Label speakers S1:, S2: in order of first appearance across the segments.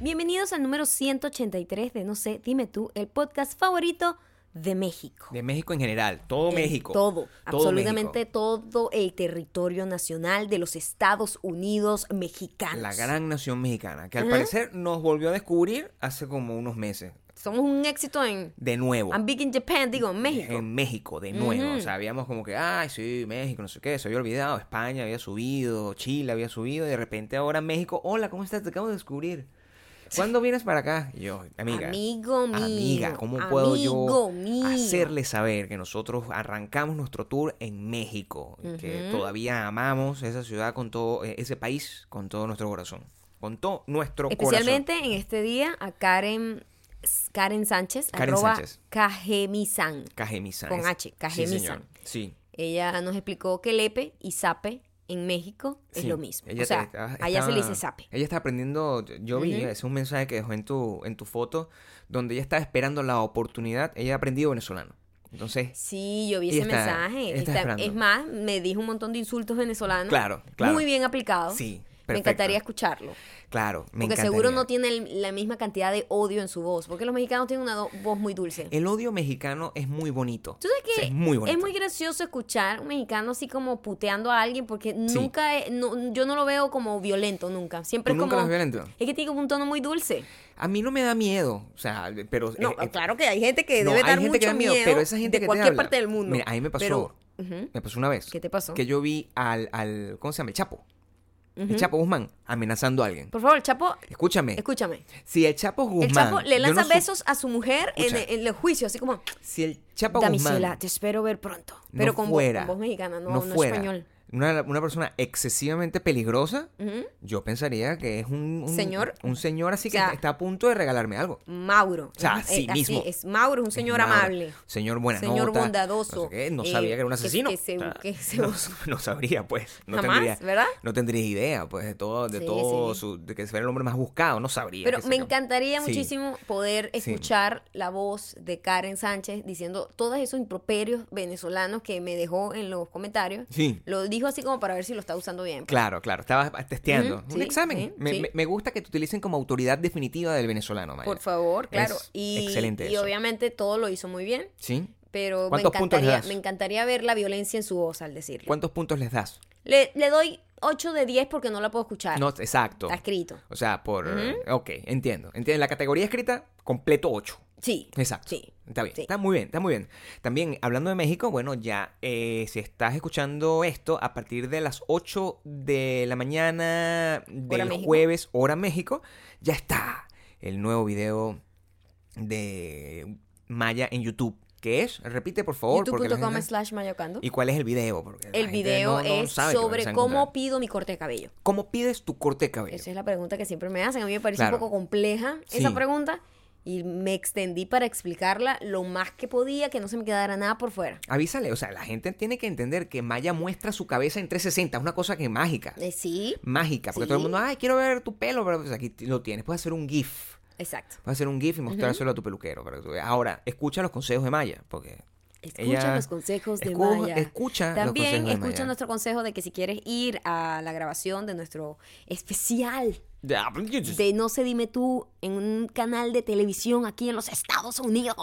S1: Bienvenidos al número 183 de No sé, dime tú, el podcast favorito de México.
S2: De México en general, todo
S1: En
S2: México.
S1: Todo,
S2: México.
S1: absolutamente todo el territorio nacional de los Estados Unidos mexicanos.
S2: La gran nación mexicana, que al parecer nos volvió a descubrir hace como unos meses.
S1: Somos un éxito en
S2: De nuevo.
S1: I'm Big in Japan, digo, en México.
S2: En México, de nuevo.
S1: Ujú.
S2: O sea, habíamos como que, ay, sí, México, no sé qué, se había olvidado. España había subido, Chile había subido, y de repente ahora México, hola, ¿cómo estás? Te acabo de descubrir. ¿Cuándo vienes para acá? Y yo, amiga.
S1: Amigo mío,
S2: Amiga, ¿cómo puedo
S1: amigo
S2: yo
S1: mío.
S2: hacerle saber que nosotros arrancamos nuestro tour en México? y Que todavía amamos esa ciudad con todo, eh, ese país con todo nuestro corazón. Con todo nuestro corazón.
S1: Especialmente en este día a Karen, Karen Sánchez,
S2: Karen
S1: arroba
S2: Sánchez.
S1: Cajemisan.
S2: Cajemisan.
S1: Con
S2: es-
S1: H,
S2: Sí,
S1: Cajemisan.
S2: señor. Sí.
S1: Ella nos explicó que lepe E y sape en México es
S2: Sí,
S1: lo mismo.
S2: ella
S1: o sea,
S2: está- está-
S1: allá se le dice sape.
S2: Ella está aprendiendo, yo- yo vi,
S1: Ujú.
S2: ese es un mensaje que dejó en tu, en tu foto, donde ella está esperando la oportunidad, ella ha aprendido venezolano. Entonces,
S1: Sí, yo vi
S2: Ella
S1: ese
S2: está-
S1: mensaje.
S2: ella está
S1: Está-
S2: esperando.
S1: es más, me dijo un montón de insultos venezolanos.
S2: Claro, claro.
S1: Muy bien aplicado.
S2: Sí,
S1: Me
S2: perfecto.
S1: encantaría escucharlo.
S2: claro, me
S1: porque seguro
S2: encantaría.
S1: no tiene el- la misma cantidad de odio en su voz. Porque los mexicanos tienen una do- voz muy dulce.
S2: El odio mexicano es muy bonito.
S1: ¿Tú sabes
S2: O sea,
S1: que
S2: es Eh, muy bonito.
S1: gracioso escuchar un mexicano así como puteando a alguien? Porque
S2: Sí.
S1: nunca, es- no- yo no lo veo como violento nunca. Siempre
S2: ¿Tú
S1: es
S2: nunca
S1: como.
S2: lo has violento?
S1: Es que tiene como un tono muy dulce.
S2: A mí no me da miedo, o sea, pero...
S1: No,
S2: eh, eh,
S1: claro que hay gente que
S2: no,
S1: debe
S2: hay
S1: dar
S2: gente
S1: mucho
S2: que da miedo,
S1: miedo
S2: pero esa gente
S1: de
S2: que te
S1: cualquier
S2: habla-
S1: parte del mundo.
S2: Mira, a mí me pasó,
S1: Pero, ujú,
S2: me pasó una vez.
S1: ¿Qué te pasó?
S2: Que yo vi al, al ¿cómo se llama? El Chapo. El Chapo Guzmán amenazando a alguien.
S1: Por favor, el Chapo,
S2: Escúchame,
S1: escúchame.
S2: si el Chapo Eh, Guzmán...
S1: el Chapo le
S2: yo no
S1: lanza
S2: su-
S1: besos a su mujer en,
S2: Escucha.
S1: en el juicio, así como,
S2: Si el Chapo
S1: damisela,
S2: Guzmán
S1: te espero ver pronto.
S2: no
S1: Pero con, vo-
S2: fuera,
S1: con voz mexicana, no, no
S2: fuera
S1: español.
S2: Una, una persona excesivamente peligrosa,
S1: Ujú.
S2: yo pensaría que es un, un-
S1: Señor.
S2: Un señor así
S1: O
S2: que
S1: sea,
S2: está a punto de regalarme algo.
S1: Mauro.
S2: sea,
S1: es-
S2: así
S1: eh,
S2: mismo.
S1: es Mauro, es un señor
S2: Es Mauro,
S1: amable.
S2: Señor buena
S1: Señor
S2: nota,
S1: bondadoso,
S2: No, sé qué, no
S1: eh,
S2: sabía que era un
S1: que-
S2: asesino.
S1: que se-
S2: O sea,
S1: que se-
S2: no, no sabría, pues. No
S1: Jamás,
S2: tendría,
S1: ¿verdad?
S2: No tendría idea, pues, de todo, de
S1: Sí,
S2: todo
S1: sí.
S2: su- de que fuera el hombre más buscado. No sabría.
S1: Pero
S2: que
S1: me
S2: se-
S1: encantaría
S2: Sí.
S1: muchísimo poder
S2: Sí.
S1: escuchar la voz de Karen Sánchez diciendo todos esos improperios venezolanos que me dejó en los comentarios.
S2: Sí.
S1: Lo dijo así como para ver si lo está usando bien.
S2: Claro, claro, estabas testeando.
S1: Ujú,
S2: un
S1: sí,
S2: examen.
S1: sí,
S2: me,
S1: sí.
S2: me- me gusta que te utilicen como autoridad definitiva del venezolano, Maya.
S1: Por favor, claro.
S2: Es
S1: y,
S2: excelente
S1: y
S2: eso.
S1: obviamente todo lo hizo muy bien,
S2: ¿Sí?
S1: pero me
S2: ¿Cuántos puntos le
S1: encantaría,
S2: das?
S1: me encantaría ver la violencia en su voz al decirlo.
S2: ¿Cuántos puntos les das?
S1: Le, le doy 8 de 10 porque no la puedo escuchar.
S2: No, exacto.
S1: Está escrito.
S2: O sea, por... Ok, entiendo. Entiendo. La categoría escrita, completo 8.
S1: Sí.
S2: Exacto.
S1: Sí.
S2: Está bien.
S1: Sí.
S2: Está muy bien, está muy bien. También, hablando de México, bueno, ya eh, si estás escuchando esto a partir de las 8 de la mañana del
S1: México.
S2: jueves, hora México, ya está el nuevo video de Maya en YouTube. que es? Repite, por favor. porque la
S1: YouTube.com
S2: gente-
S1: slash mayocando.
S2: ¿Y cuál es el video? Porque la
S1: El
S2: gente
S1: video
S2: no- no
S1: es
S2: sabe que lo vas a
S1: sobre
S2: encontrar.
S1: cómo pido mi corte de cabello.
S2: ¿Cómo pides tu corte de cabello?
S1: Esa es la pregunta que siempre me hacen. A mí me parece
S2: Claro.
S1: un poco compleja
S2: Sí.
S1: esa pregunta y me extendí para explicarla lo más que podía, que no se me quedara nada por fuera.
S2: Avísale, o sea, la gente tiene que entender que Maya muestra su cabeza en 360, es una cosa que es mágica.
S1: Eh, sí,
S2: Mágica, porque
S1: Sí.
S2: todo el mundo, ay, quiero ver tu pelo, pero pues, aquí lo tienes. Puedes hacer un GIF,
S1: exacto.
S2: puedes hacer un GIF y mostrárselo a tu peluquero. para que tú veas. Ahora, escucha los consejos de Maya, porque.
S1: Escucha
S2: ella-
S1: los consejos de
S2: escu-
S1: Maya.
S2: Escucha los
S1: También
S2: consejos de
S1: escucha
S2: Maya.
S1: nuestro consejo de que si quieres ir a la grabación de nuestro especial
S2: ah, pues,
S1: de No se dime tú en un canal de televisión aquí en los Estados Unidos.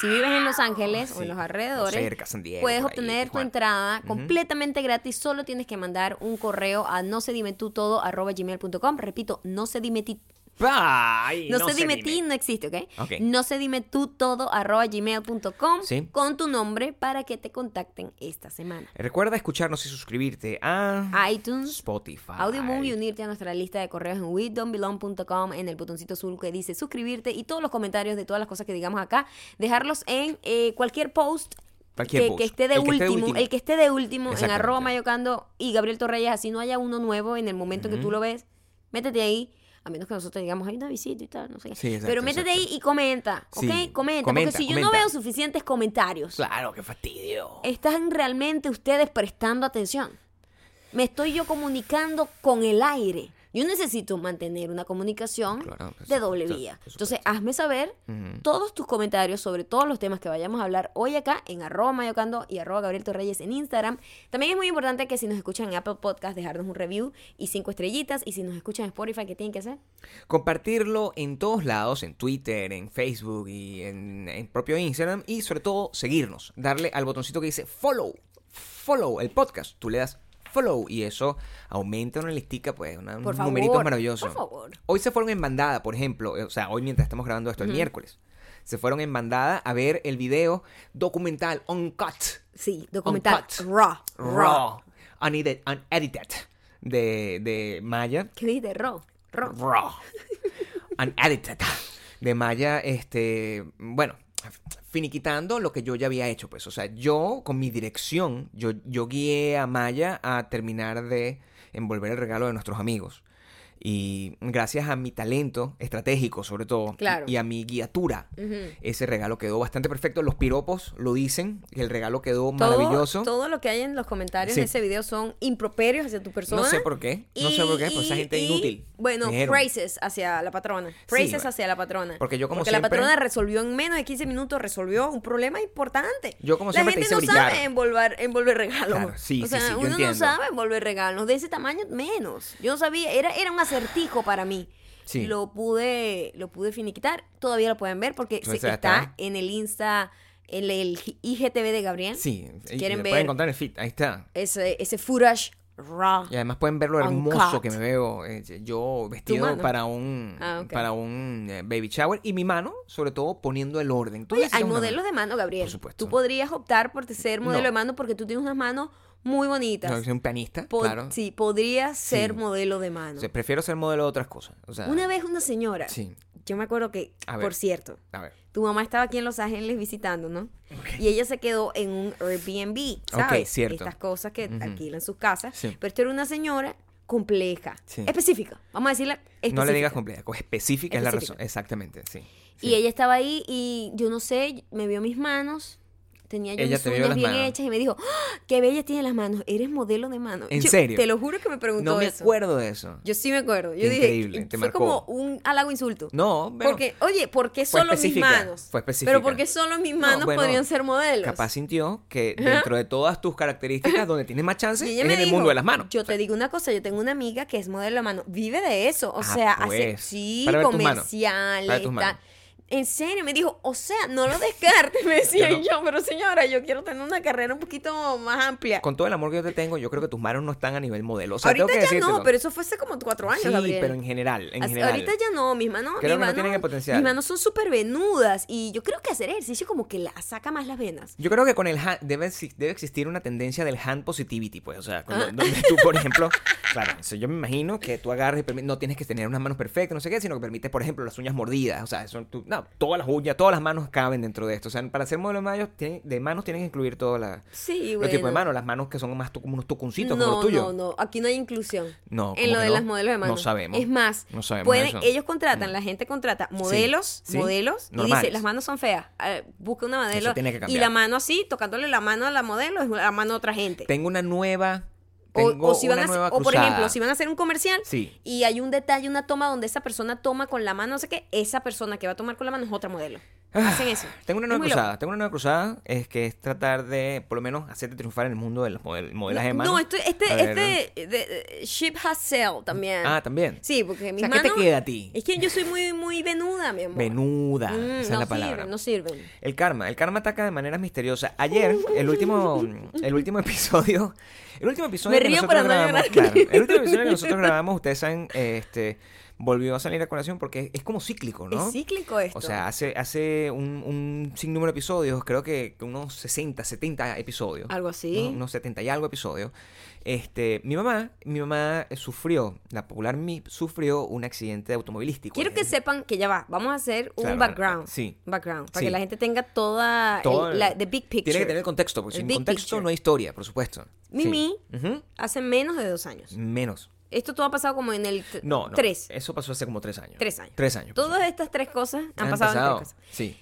S1: Si vives en Los Ángeles o
S2: Ah, Sí,
S1: en los alrededores,
S2: cerca, San Diego,
S1: puedes
S2: por ahí,
S1: obtener tu
S2: Tijuana.
S1: entrada completamente gratis. Solo tienes que mandar un correo a no se dime tú todo arroba gmail.com. Repito, no se dime ti.
S2: Ay,
S1: No, se,
S2: sé,
S1: dime,
S2: dime.
S1: ti, no existe, ¿ok?
S2: Ok.
S1: No se dime tú todo arroba gmail.com
S2: Sí.
S1: con tu nombre para que te contacten esta semana.
S2: Recuerda escucharnos y suscribirte a
S1: iTunes,
S2: Spotify.
S1: Audioboom y unirte a nuestra lista de correos en WeDon'tBelong.com en el botoncito azul que dice suscribirte y todos los comentarios de todas las cosas que digamos acá, dejarlos en eh, cualquier post.
S2: Cualquier
S1: que,
S2: post.
S1: que esté de
S2: El que esté
S1: último,
S2: de último.
S1: el que esté de último en
S2: Exactamente.
S1: arroba mayocando y Gabriel Torreyes, así no haya uno nuevo en el momento en que tú lo ves, métete ahí, a menos que nosotros digamos, hay una visita y tal, no sé qué.
S2: Sí, exacto,
S1: Pero métete
S2: exacto.
S1: ahí y comenta, ¿ok?
S2: Sí,
S1: comenta,
S2: comenta,
S1: porque si yo no
S2: comenta.
S1: veo suficientes comentarios,
S2: Claro, qué fastidio.
S1: ¿Están realmente ustedes prestando atención? Me estoy yo comunicando con el aire. Yo yo necesito mantener una comunicación claro, pues, de doble vía. Claro, Entonces, hazme saber uh
S2: Mm.
S1: -huh. todos tus comentarios sobre todos los temas que vayamos a hablar hoy acá en arroba mayocando y arroba Gabriel Torreyes en Instagram. También es muy importante que si nos escuchan en Apple Podcast, dejarnos un review y cinco estrellitas. Y si nos escuchan en Spotify, ¿qué tienen que hacer?
S2: Compartirlo en todos lados, en Twitter, en Facebook y en, en propio Instagram. Y sobre todo, seguirnos. Darle al botoncito que dice follow, follow el podcast. Tú le das follow y eso aumenta una listica, pues, una, un
S1: favor,
S2: numerito maravilloso.
S1: Por favor.
S2: Hoy se fueron en bandada, por ejemplo, eh, o sea, hoy mientras estamos grabando esto, el uh -huh. miércoles, se fueron en bandada a ver el video documental Uncut.
S1: Sí, documental uncut, raw,
S2: raw. Raw. Unedited. unedited de, de Maya.
S1: ¿Qué dices? Raw. Raw.
S2: Raw. unedited. De Maya, este, bueno, finiquitando lo que yo ya había hecho, pues. O sea, yo con mi dirección, yo, yo guié a Maya a terminar de envolver el regalo de nuestros amigos. Y gracias a mi talento estratégico, sobre todo,
S1: claro.
S2: y a mi guiatura, uh -huh. ese regalo quedó bastante perfecto. Los piropos lo dicen, el regalo quedó
S1: todo,
S2: maravilloso.
S1: Todo lo que hay en los comentarios sí. de ese video son improperios hacia tu persona.
S2: No sé por qué, no
S1: y,
S2: sé por qué, pues esa gente
S1: y,
S2: inútil.
S1: Bueno, praises hacia la patrona. Praises sí, bueno. hacia la patrona.
S2: Porque yo como
S1: Porque la
S2: siempre,
S1: patrona resolvió en menos de 15 minutos, resolvió un problema importante.
S2: Yo como
S1: la
S2: siempre
S1: gente
S2: te
S1: no
S2: hice
S1: sabe envolver, envolver regalos.
S2: Claro, sí,
S1: o sea,
S2: yo
S1: uno
S2: entiendo.
S1: no sabe envolver regalos. De ese tamaño, menos. Yo no sabía, era, era un acertijo para mí.
S2: Sí.
S1: Lo pude lo pude finiquitar. Todavía lo pueden ver porque se, está,
S2: está
S1: en el Insta en el, el IGTV de Gabriel.
S2: Sí,
S1: si quieren
S2: lo
S1: ver
S2: pueden encontrar en feed, ahí está.
S1: ese ese footage raw.
S2: Y además pueden ver lo hermoso
S1: Uncut.
S2: que me veo eh, yo vestido
S1: mano.
S2: para un
S1: Ah, ok.
S2: para un eh, baby shower y mi mano, sobre todo poniendo el orden. Tú
S1: Oye,
S2: decías
S1: hay
S2: una
S1: modelos de mano, Gabriel.
S2: Por supuesto.
S1: Tú podrías optar por ser modelo
S2: No.
S1: de mano porque tú tienes unas manos muy bonitas.
S2: mano. No, soy un pianista,
S1: Po-
S2: claro.
S1: Sí, podrías ser
S2: Sí.
S1: modelo de mano.
S2: O sea, prefiero ser modelo de otras cosas. O sea,
S1: Una vez una señora,
S2: Sí.
S1: yo me acuerdo que,
S2: A ver.
S1: por cierto,
S2: A ver.
S1: tu mamá estaba aquí en Los Ángeles visitando, ¿no? Y ella se quedó en un Airbnb, ¿sabes?
S2: cierto.
S1: Estas cosas que
S2: Ujú.
S1: alquilan sus casas.
S2: Sí.
S1: Pero esto era una señora compleja,
S2: Sí.
S1: específica. Vamos a decirle específica.
S2: No le digas compleja, co- específica, es la
S1: Específica.
S2: razón. Exactamente, sí.
S1: Y ella estaba ahí y yo no sé, me vio mis manos. Tenía yo
S2: Ella
S1: mis
S2: te vio
S1: uñas
S2: las
S1: bien
S2: manos.
S1: hechas y me dijo, ¡Ah! ¡qué bellas tienes las manos! Eres modelo de manos.
S2: ¿En
S1: Yo-
S2: serio?
S1: Te lo juro que me preguntó
S2: No me
S1: eso.
S2: acuerdo de eso.
S1: Yo sí me acuerdo. Yo
S2: Qué
S1: dije,
S2: increíble, te
S1: fue
S2: marcó.
S1: como un halago insulto.
S2: No, pero
S1: porque, oye, ¿por qué
S2: fue
S1: solo mis
S2: específica,
S1: manos?
S2: fue específica.
S1: Pero ¿por qué solo mis
S2: No,
S1: manos
S2: bueno,
S1: podrían ser modelos?
S2: capaz sintió que dentro de todas tus características, donde tienes más chances,
S1: Y
S2: es
S1: ella
S2: en
S1: me
S2: el
S1: dijo,
S2: mundo de las manos.
S1: Yo te digo una cosa, yo tengo una amiga que es modelo de mano, vive de eso, o
S2: Ah,
S1: sea, hace
S2: pues,
S1: sí,
S2: para ver tus manos,
S1: comerciales,
S2: para ver tus
S1: tal.
S2: manos.
S1: En serio, me dijo, o sea, no lo descarte, me decía
S2: Yo
S1: yo,
S2: no-
S1: pero señora, yo quiero tener una carrera un poquito más amplia.
S2: Con todo el amor que yo te tengo, yo creo que tus manos no están a nivel modelo. O sea,
S1: ahorita
S2: tengo que
S1: ya
S2: decírtelo.
S1: no, pero eso fue hace como cuatro años,
S2: Sí,
S1: Gabriel.
S2: pero en general, en
S1: Así-
S2: general.
S1: Ahorita ya no, mis manos, mis
S2: Creo que no
S1: manos,
S2: tienen el potencial.
S1: mis manos son súper venudas y yo creo que hacer ejercicio como que la saca más las venas.
S2: Yo creo que con el hand debe, exi- debe existir una tendencia del hand positivity, pues, o sea, cuando-
S1: Ah.
S2: donde tú, por ejemplo, claro, o sea, yo me imagino que tú agarres y permi- no tienes que tener unas manos perfectas, no sé qué, sino que permites, por ejemplo, las uñas mordidas, o sea, son tú- no, todas las uñas, todas las manos caben dentro de esto, o sea, para ser modelo de manos tienen, de manos tienen que incluir todas las
S1: Sí,
S2: los
S1: bueno.
S2: tipos de manos, las manos que son más tu- como unos tucuncitos
S1: no,
S2: como los tuyos.
S1: No, no, aquí no hay inclusión.
S2: No,
S1: En
S2: ¿cómo
S1: lo
S2: que
S1: de
S2: no?
S1: las modelos de mano.
S2: No sabemos.
S1: Es más,
S2: No sabemos
S1: pueden-
S2: eso. Mm.
S1: ellos contratan, la gente contrata modelos,
S2: sí,
S1: modelos, y dice,
S2: normales.
S1: las manos son feas. A ver, busca una modelo
S2: Eso tiene que
S1: y
S2: cambiar.
S1: la mano así, tocándole la mano a la modelo, es la mano a otra gente.
S2: Tengo una nueva
S1: O-
S2: tengo
S1: o, si van
S2: una
S1: a,
S2: nueva
S1: o por
S2: cruzada.
S1: ejemplo, si van a hacer un comercial
S2: Sí.
S1: y hay un detalle, una toma donde esa persona toma con la mano, no sé qué, esa persona que va a tomar con la mano es otra modelo.
S2: Ah,
S1: Hacen eso.
S2: Tengo una
S1: Es
S2: nueva
S1: muy
S2: cruzada.
S1: loco.
S2: Tengo una nueva cruzada es que es tratar de, por lo menos, hacerte triunfar en el mundo de los model- modelos de
S1: No,
S2: mano.
S1: no, esto- este,
S2: A ver,
S1: este de- de- ship has sailed también.
S2: Ah, también.
S1: Sí, porque mis
S2: O sea, ¿qué te
S1: manos-
S2: queda a ti?
S1: Es que yo soy muy, muy venuda, mi amor.
S2: Venuda.
S1: Mm,
S2: esa
S1: no
S2: es la palabra.
S1: Sirven, no sirven.
S2: El karma. El karma ataca de maneras misteriosas. Ayer, el último, el último episodio. El último episodio
S1: Me
S2: que
S1: río para
S2: nosotros
S1: no
S2: grabamos.
S1: llorar.
S2: claro, el último episodio que nosotros grabamos, ustedes saben, este, volvió a salir a colación porque es como cíclico, ¿no?
S1: Es cíclico esto.
S2: O sea, hace, hace un, un sinnúmero de episodios, creo que unos 60, 70 episodios.
S1: Algo así.
S2: ¿no? Unos 70 y algo episodios. Este, mi mamá, mi mamá eh, sufrió, la popular mi sufrió un accidente automovilístico.
S1: Quiero que
S2: Es-
S1: sepan que ya va. Vamos a hacer un
S2: Claro,
S1: background.
S2: sí.
S1: Background. Para
S2: Sí.
S1: que la gente tenga toda. el-
S2: todo el-
S1: la, the big picture.
S2: Tiene que tener contexto, porque
S1: El
S2: sin
S1: big
S2: contexto
S1: picture.
S2: no hay historia, por supuesto. Sí.
S1: Mimi.
S2: Ujú.
S1: Hace menos de dos años.
S2: Menos.
S1: Esto todo ha pasado como en el. t-
S2: No, Eh, no.
S1: Tres.
S2: Eso pasó hace como tres años.
S1: Tres años.
S2: Tres años.
S1: Todas estas tres cosas han, pasado, en tres cosas.
S2: Sí.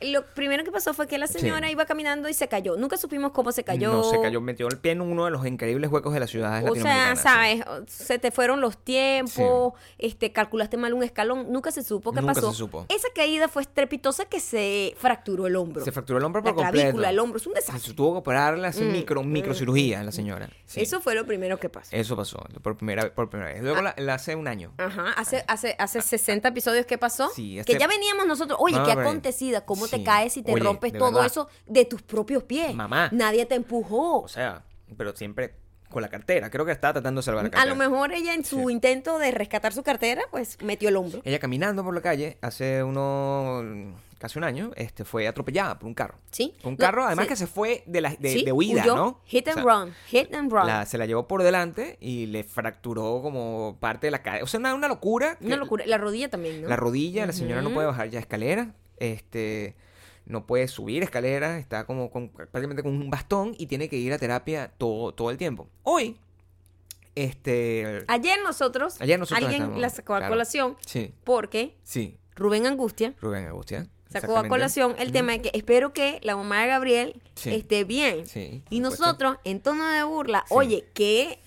S1: lo primero que pasó fue que la señora
S2: Sí.
S1: iba caminando y se cayó. Nunca supimos cómo se cayó.
S2: No se cayó, metió el pie en uno de los increíbles huecos de las ciudades
S1: O sea,
S2: latinoamericanas.
S1: sabes, se te fueron los tiempos, este, calculaste mal un escalón, nunca se supo qué
S2: Nunca
S1: pasó.
S2: se supo.
S1: Esa caída fue estrepitosa que se fracturó el hombro.
S2: Se fracturó el hombro
S1: la
S2: por
S1: clavícula,
S2: completo.
S1: el hombro, es un desastre.
S2: Se tuvo que operarla, hacer micro, microcirugía la señora. Sí.
S1: Mm,
S2: Eh,
S1: Eso Ah. fue lo primero que pasó.
S2: Eso pasó por primera, por primera vez. Luego la, la hace un año.
S1: Ajá, hace, hace, hace 60 episodios que pasó,
S2: eh, Sí,
S1: que
S2: este-
S1: ya veníamos nosotros, oye,
S2: Mamá,
S1: qué
S2: pero-
S1: acontecida, cómo te
S2: sí.
S1: caes y te
S2: Oye,
S1: rompes
S2: de
S1: todo
S2: verdad.
S1: eso de tus propios pies.
S2: Mamá.
S1: Nadie te empujó.
S2: O sea, pero siempre con la cartera. Creo que estaba tratando de salvar la
S1: A
S2: cartera.
S1: lo mejor ella en su intento de rescatar su cartera, pues metió el hombro.
S2: Ella caminando por la calle hace uno casi un año, este fue atropellada por un carro.
S1: Sí.
S2: Un
S1: No,
S2: carro, además
S1: sí.
S2: que se fue de la de,
S1: Sí,
S2: de huida,
S1: huyó.
S2: ¿no?
S1: Hit
S2: O
S1: and
S2: sea,
S1: run, hit and run.
S2: la- se la llevó por delante y le fracturó como parte de la cara. O sea, una, una locura. que
S1: Una locura. La rodilla también, ¿no?
S2: La rodilla, la señora no puede bajar ya escalera. Este. No puede subir escaleras, está como con- prácticamente con un bastón y tiene que ir a terapia todo, todo el tiempo. Hoy, este.
S1: Ayer nosotros,
S2: Ayer nosotros
S1: alguien
S2: estábamos-
S1: la sacó a
S2: claro.
S1: colación
S2: Sí,
S1: porque
S2: sí,
S1: Rubén Angustia
S2: Rubén Agustia.
S1: sacó a
S2: exactamente.
S1: colación el tema de que espero que la mamá de Gabriel
S2: Sí.
S1: esté bien.
S2: Sí, por
S1: y
S2: supuesto.
S1: nosotros, en tono de burla,
S2: Sí.
S1: oye, qué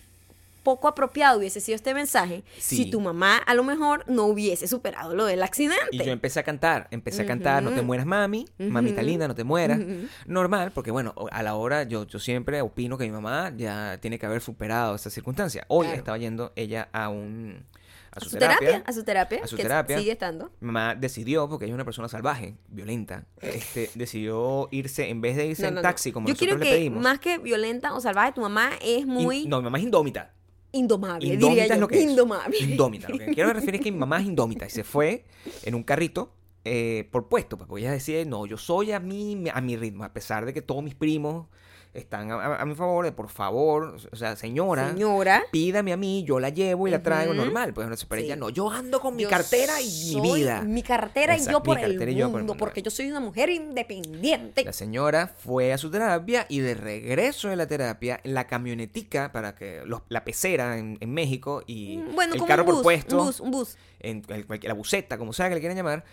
S1: poco apropiado hubiese sido este mensaje
S2: Sí.
S1: si tu mamá a lo mejor no hubiese superado lo del accidente.
S2: Y yo empecé a cantar, empecé a cantar, no te mueras mami, mamita linda, no te mueras. Normal, porque bueno, o- a la hora yo, yo siempre opino que mi mamá ya tiene que haber superado esa circunstancia. Hoy
S1: Claro.
S2: estaba yendo ella a un...
S1: a su terapia, a su terapia,
S2: a su
S1: que
S2: terapia.
S1: sigue estando.
S2: Mi mamá decidió, porque ella es una persona salvaje, violenta, este, decidió irse, en vez de irse
S1: No,
S2: en
S1: no, no.
S2: taxi como
S1: Yo quiero
S2: nosotros
S1: que
S2: le pedimos.
S1: más que violenta o salvaje, tu mamá es
S2: in-
S1: muy
S2: no, mi mamá es indómita.
S1: indomable,
S2: Indómita
S1: diría
S2: es
S1: yo.
S2: lo que es.
S1: indomable.
S2: Indómita. Lo que quiero decir es que mi mamá es indómita y se fue en un carrito eh, por puesto, pues, porque ella decide, no, yo soy a mí, a mi ritmo, a pesar de que todos mis primos están a, a mi favor, de por favor, o sea, señora,
S1: Señora.
S2: pídame a mí, yo la llevo y la traigo
S1: Ujú.
S2: normal, pues, no sé, pero
S1: Sí.
S2: ella no, yo ando con mi
S1: Yo
S2: cartera y mi
S1: soy-
S2: vida.
S1: Mi cartera
S2: Exacto,
S1: y yo
S2: mi
S1: por el
S2: cartera y
S1: mundo,
S2: yo por el mundo.
S1: porque yo soy una mujer independiente.
S2: La señora fue a su terapia y de regreso de la terapia, en la camionetica, para que los- la pecera en, en México y
S1: Mm, bueno,
S2: el
S1: como
S2: carro
S1: un bus,
S2: por puesto,
S1: un bus, un bus.
S2: en el- cual- la buceta, como sea que le quieran llamar,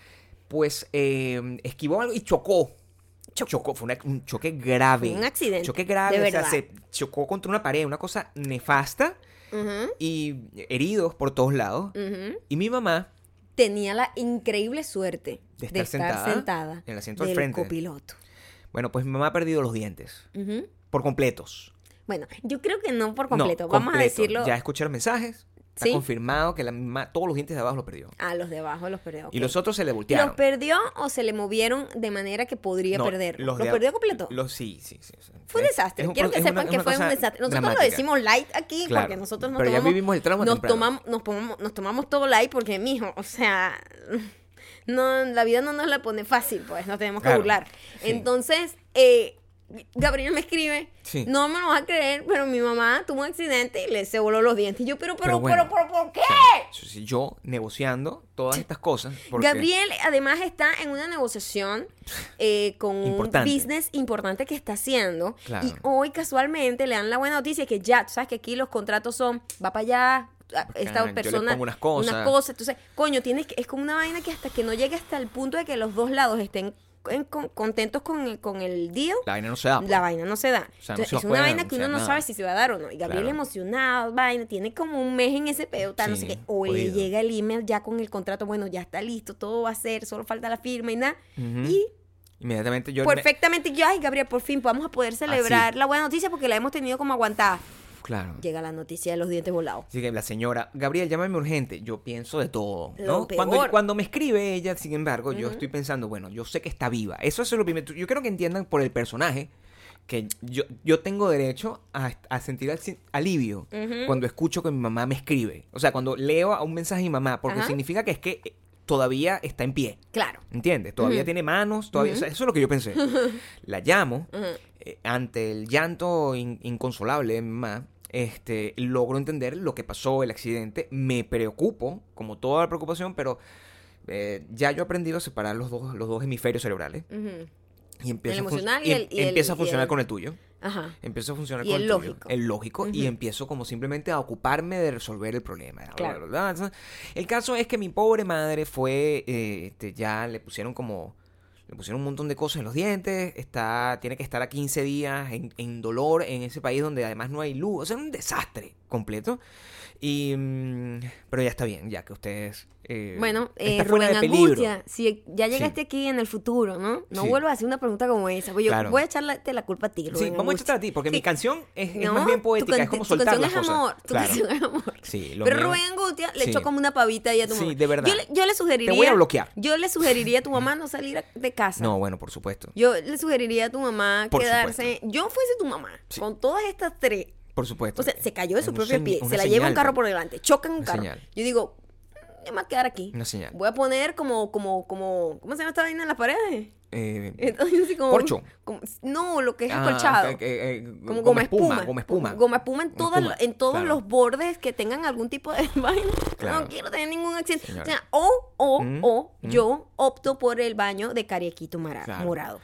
S2: pues eh, esquivó algo y chocó. Chocó, fue una- un choque grave.
S1: Un accidente,
S2: Choque grave,
S1: de
S2: o sea,
S1: verdad.
S2: se chocó contra una pared, una cosa nefasta
S1: Ujú,
S2: y heridos por todos lados.
S1: ujú.
S2: Y mi mamá,
S1: Tenía la increíble suerte
S2: De estar sentada en el asiento del frente.
S1: copiloto.
S2: bueno, pues mi mamá ha perdido los dientes
S1: Ujú.
S2: por completos.
S1: Bueno, yo creo que no por
S2: No,
S1: completo. Vamos a
S2: completo.
S1: decirlo
S2: Ya escuché los mensajes. Está
S1: ¿Sí?
S2: confirmado que la mamá todos los dientes de abajo los perdió.
S1: a los de abajo, los perdió.
S2: Y
S1: ok.
S2: los otros se le
S1: ¿Los
S2: voltearon.
S1: perdió o se le movieron de manera que podría
S2: No,
S1: perder? ¿Los,
S2: de-
S1: perdió completo?
S2: Los, sí, sí, sí. sí.
S1: Fue un
S2: Es-
S1: desastre.
S2: es un
S1: Quiero
S2: pro-
S1: que
S2: es
S1: sepan
S2: una-
S1: que
S2: una
S1: fue un
S2: cosa
S1: desastre. Nosotros
S2: dramática.
S1: lo decimos light aquí
S2: Claro,
S1: porque nosotros nos
S2: pero ya
S1: tomamos,
S2: vivimos el trauma
S1: nos
S2: temprano.
S1: tomamos, nos tomamos, nos tomamos todo light porque mijo, o sea, no, la vida no nos la pone fácil, pues nos tenemos que
S2: Claro,
S1: burlar.
S2: sí.
S1: Entonces, eh, Gabriel me escribe,
S2: Sí.
S1: no me lo vas a creer, pero mi mamá tuvo un accidente y le se voló los dientes. Y yo, pero, pero, pero,
S2: Pero bueno.
S1: pero, ¿por qué?
S2: Sí, sí, Yo negociando todas estas cosas. Porque
S1: Gabriel además está en una negociación eh, con
S2: Importante.
S1: un business importante que está haciendo.
S2: Claro.
S1: Y hoy casualmente le dan la buena noticia que ya, tú sabes que aquí los contratos son, va para allá. a- Esta
S2: Bacán, yo le
S1: persona
S2: pongo unas cosas.
S1: unas cosas, entonces coño tienes que, es como una vaina que hasta que no llegue hasta el punto de que los dos lados estén en- con- contentos con el, con el deal
S2: la vaina no se da. pues.
S1: la vaina no se da.
S2: O sea, no
S1: Entonces,
S2: se
S1: es
S2: los
S1: una
S2: pueden
S1: vaina que uno
S2: anunciar
S1: no
S2: nada.
S1: sabe si se va a dar o no. Y Gabriel
S2: Claro.
S1: emocionado, vaina, tiene como un mes en ese pedo, tal, no sé
S2: Sí,
S1: qué. O le
S2: jodido.
S1: llega el email ya con el contrato, bueno, ya está listo, todo va a ser, solo falta la firma y nada.
S2: Ujú.
S1: Y
S2: Inmediatamente yo. me- Ah,
S1: perfectamente yo, ay, Gabriel, por fin vamos a poder celebrar la buena noticia porque la hemos tenido como aguantada.
S2: Claro.
S1: Llega la noticia de los dientes volados.
S2: Así que la señora, Gabriel, llámame urgente. Yo pienso de todo.
S1: Lo
S2: ¿no?
S1: peor.
S2: Cuando, cuando me escribe ella, sin embargo, yo estoy pensando, bueno, yo sé que está viva. Eso es lo primero. Yo quiero que entiendan por el personaje que yo, yo tengo derecho a, a sentir al- alivio cuando escucho que mi mamá me escribe. O sea, cuando leo a un mensaje de mi mamá, porque
S1: Ajá.
S2: significa que es que eh, todavía está en pie.
S1: Claro.
S2: ¿Entiendes? Todavía tiene manos, todavía... o sea, eso es lo que yo pensé. La llamo, eh, ante el llanto in- inconsolable de mi mamá, este, logro entender lo que pasó, el accidente, me preocupo, como toda la preocupación, pero eh, ya yo he aprendido a separar los dos, los dos hemisferios cerebrales.
S1: Ujú.
S2: Y empieza a fun-
S1: emocional y
S2: y em-
S1: el- y el-
S2: empieza a
S1: y
S2: funcionar
S1: el-
S2: con el tuyo.
S1: Ajá.
S2: Empiezo a funcionar
S1: Y
S2: con
S1: el
S2: el, tuyo,
S1: lógico.
S2: el lógico y empiezo como simplemente a ocuparme de resolver el problema.
S1: Claro.
S2: Bla, bla, bla. El caso es que mi pobre madre fue, eh, este, ya le pusieron como Le pusieron un montón de cosas en los dientes, está, tiene que estar a 15 días en, en dolor en ese país donde además no hay luz. O sea, es un desastre completo. Y, mm, pero ya está bien, ya que ustedes... eh,
S1: Bueno, eh,
S2: está fuera
S1: Rubén
S2: de peligro.
S1: Angustia, si ya llegaste aquí en el futuro, ¿no? No
S2: Sí.
S1: vuelvas a hacer una pregunta como esa, porque yo
S2: Claro.
S1: voy a echarte la culpa a ti, Rubén
S2: Sí, vamos a
S1: Angustia.
S2: echar a ti, porque
S1: Sí.
S2: mi canción es, es
S1: No,
S2: más bien
S1: tu
S2: poética,
S1: can-
S2: es como
S1: tu
S2: soltar
S1: canción
S2: las
S1: es
S2: cosas.
S1: amor, tu
S2: Claro.
S1: canción es amor.
S2: Sí, lo
S1: Pero
S2: mío-
S1: Rubén Gutia le
S2: Sí.
S1: echó como una pavita ahí a tu
S2: Sí,
S1: mamá.
S2: de verdad.
S1: Yo le, yo le sugeriría.
S2: Te voy a bloquear.
S1: Yo le sugeriría a tu mamá no salir a- de casa.
S2: No, bueno, por supuesto.
S1: Yo le sugeriría a tu mamá
S2: Por
S1: quedarse. Yo fuese tu mamá con todas estas tres.
S2: Por supuesto.
S1: O sea, se cayó de
S2: Es
S1: su
S2: un
S1: propio
S2: señ-
S1: pie.
S2: una
S1: Se la lleva un
S2: señal,
S1: carro
S2: ¿no?
S1: por delante. Chocan un
S2: Una
S1: carro.
S2: señal.
S1: Yo digo, yo me voy a quedar aquí.
S2: Una señal.
S1: Voy a poner como, como, como, ¿cómo se llama esta vaina en las paredes?
S2: Eh,
S1: Entonces, así como,
S2: Corcho.
S1: como- no, lo que es
S2: ah,
S1: acolchado.
S2: eh, eh, eh,
S1: Como
S2: goma
S1: goma
S2: espuma,
S1: espuma.
S2: goma espuma.
S1: Goma espuma en, todas,
S2: espuma,
S1: en todos
S2: claro. Eh,
S1: los bordes que tengan algún tipo de vaina.
S2: Claro.
S1: No quiero tener ningún accidente.
S2: Señora.
S1: O sea, o, o,
S2: Mm,
S1: o, yo opto por el baño de Cariequito mara-
S2: Claro.
S1: Morado.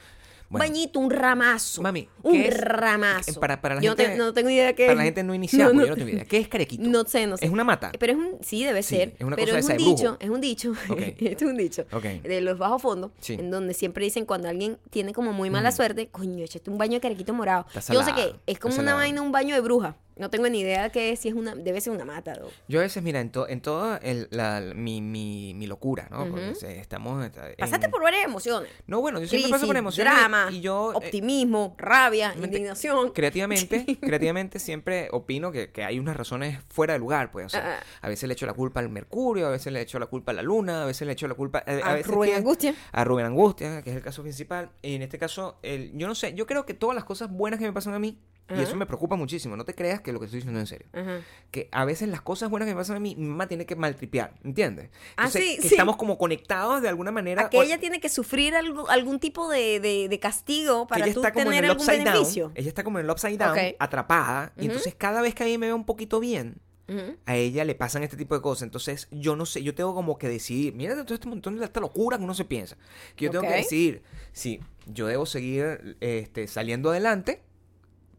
S2: Bueno.
S1: Bañito, un ramazo.
S2: Mami,
S1: Un
S2: ¿qué es-
S1: ramazo.
S2: Para, para la
S1: yo no
S2: gente,
S1: te- no, tengo idea de qué
S2: Para
S1: es.
S2: la gente no iniciada,
S1: No,
S2: yo
S1: no
S2: no tengo
S1: te-
S2: idea. ¿Qué es carequito?
S1: No sé, no sé.
S2: Es una mata.
S1: Pero es un, sí, debe
S2: Sí,
S1: ser.
S2: es una
S1: pero
S2: cosa
S1: es
S2: esa
S1: un
S2: de
S1: dicho,
S2: brujo.
S1: es un dicho.
S2: Ok.
S1: Esto es un dicho.
S2: Ok.
S1: De los bajos fondos.
S2: Sí. Mm.
S1: En donde siempre dicen cuando alguien tiene como muy mala suerte, coño, échate un baño de carequito morado.
S2: Está
S1: Yo no sé
S2: salado,
S1: qué, es como
S2: está
S1: una
S2: salado.
S1: vaina, un baño de bruja. No tengo ni idea que si es una, debe ser una mata. ¿no?
S2: Yo a veces, mira, en, to- en toda el- la- mi, mi, mi locura, ¿no? Porque se- estamos... está- en-
S1: Pasaste por varias emociones.
S2: No, bueno, yo siempre paso por
S1: Crisis,
S2: emociones.
S1: drama,
S2: y yo, eh,
S1: optimismo, rabia,
S2: mente-
S1: indignación.
S2: creativamente, creativamente siempre opino que, que hay unas razones fuera de lugar, pues. O sea,
S1: Ah.
S2: a veces le echo la culpa al mercurio, a veces le echo la culpa a la luna, a veces le echo la culpa eh, a,
S1: A
S2: veces
S1: Rubén
S2: que-
S1: ah, Angustia.
S2: A Rubén Angustia, que es el caso principal. Y en este caso, el, yo no sé, yo creo que todas las cosas buenas que me pasan a mí, y eso me preocupa muchísimo, no te creas que lo que estoy diciendo es en serio.
S1: Ajá.
S2: Que a veces las cosas buenas que me pasan a mí, mi mamá tiene que maltripear, ¿entiendes?
S1: Ah,
S2: Entonces,
S1: sí,
S2: que
S1: sí.
S2: estamos como conectados de alguna manera.
S1: A que
S2: o-
S1: ella tiene que sufrir algo, algún tipo de, de- de castigo
S2: que
S1: para
S2: ella
S1: tú
S2: está como en
S1: tener
S2: el
S1: algún
S2: upside down.
S1: beneficio.
S2: Ella está como en el upside down,
S1: Ok.
S2: atrapada. Y
S1: Ujú.
S2: entonces cada vez que a mí me ve un poquito bien,
S1: Ujú.
S2: a ella le pasan este tipo de cosas. Entonces yo no sé, yo tengo como que decidir. Mira todo este montón de esta locura que uno se piensa. Que yo tengo
S1: Ok.
S2: que decidir si yo debo seguir este, saliendo adelante,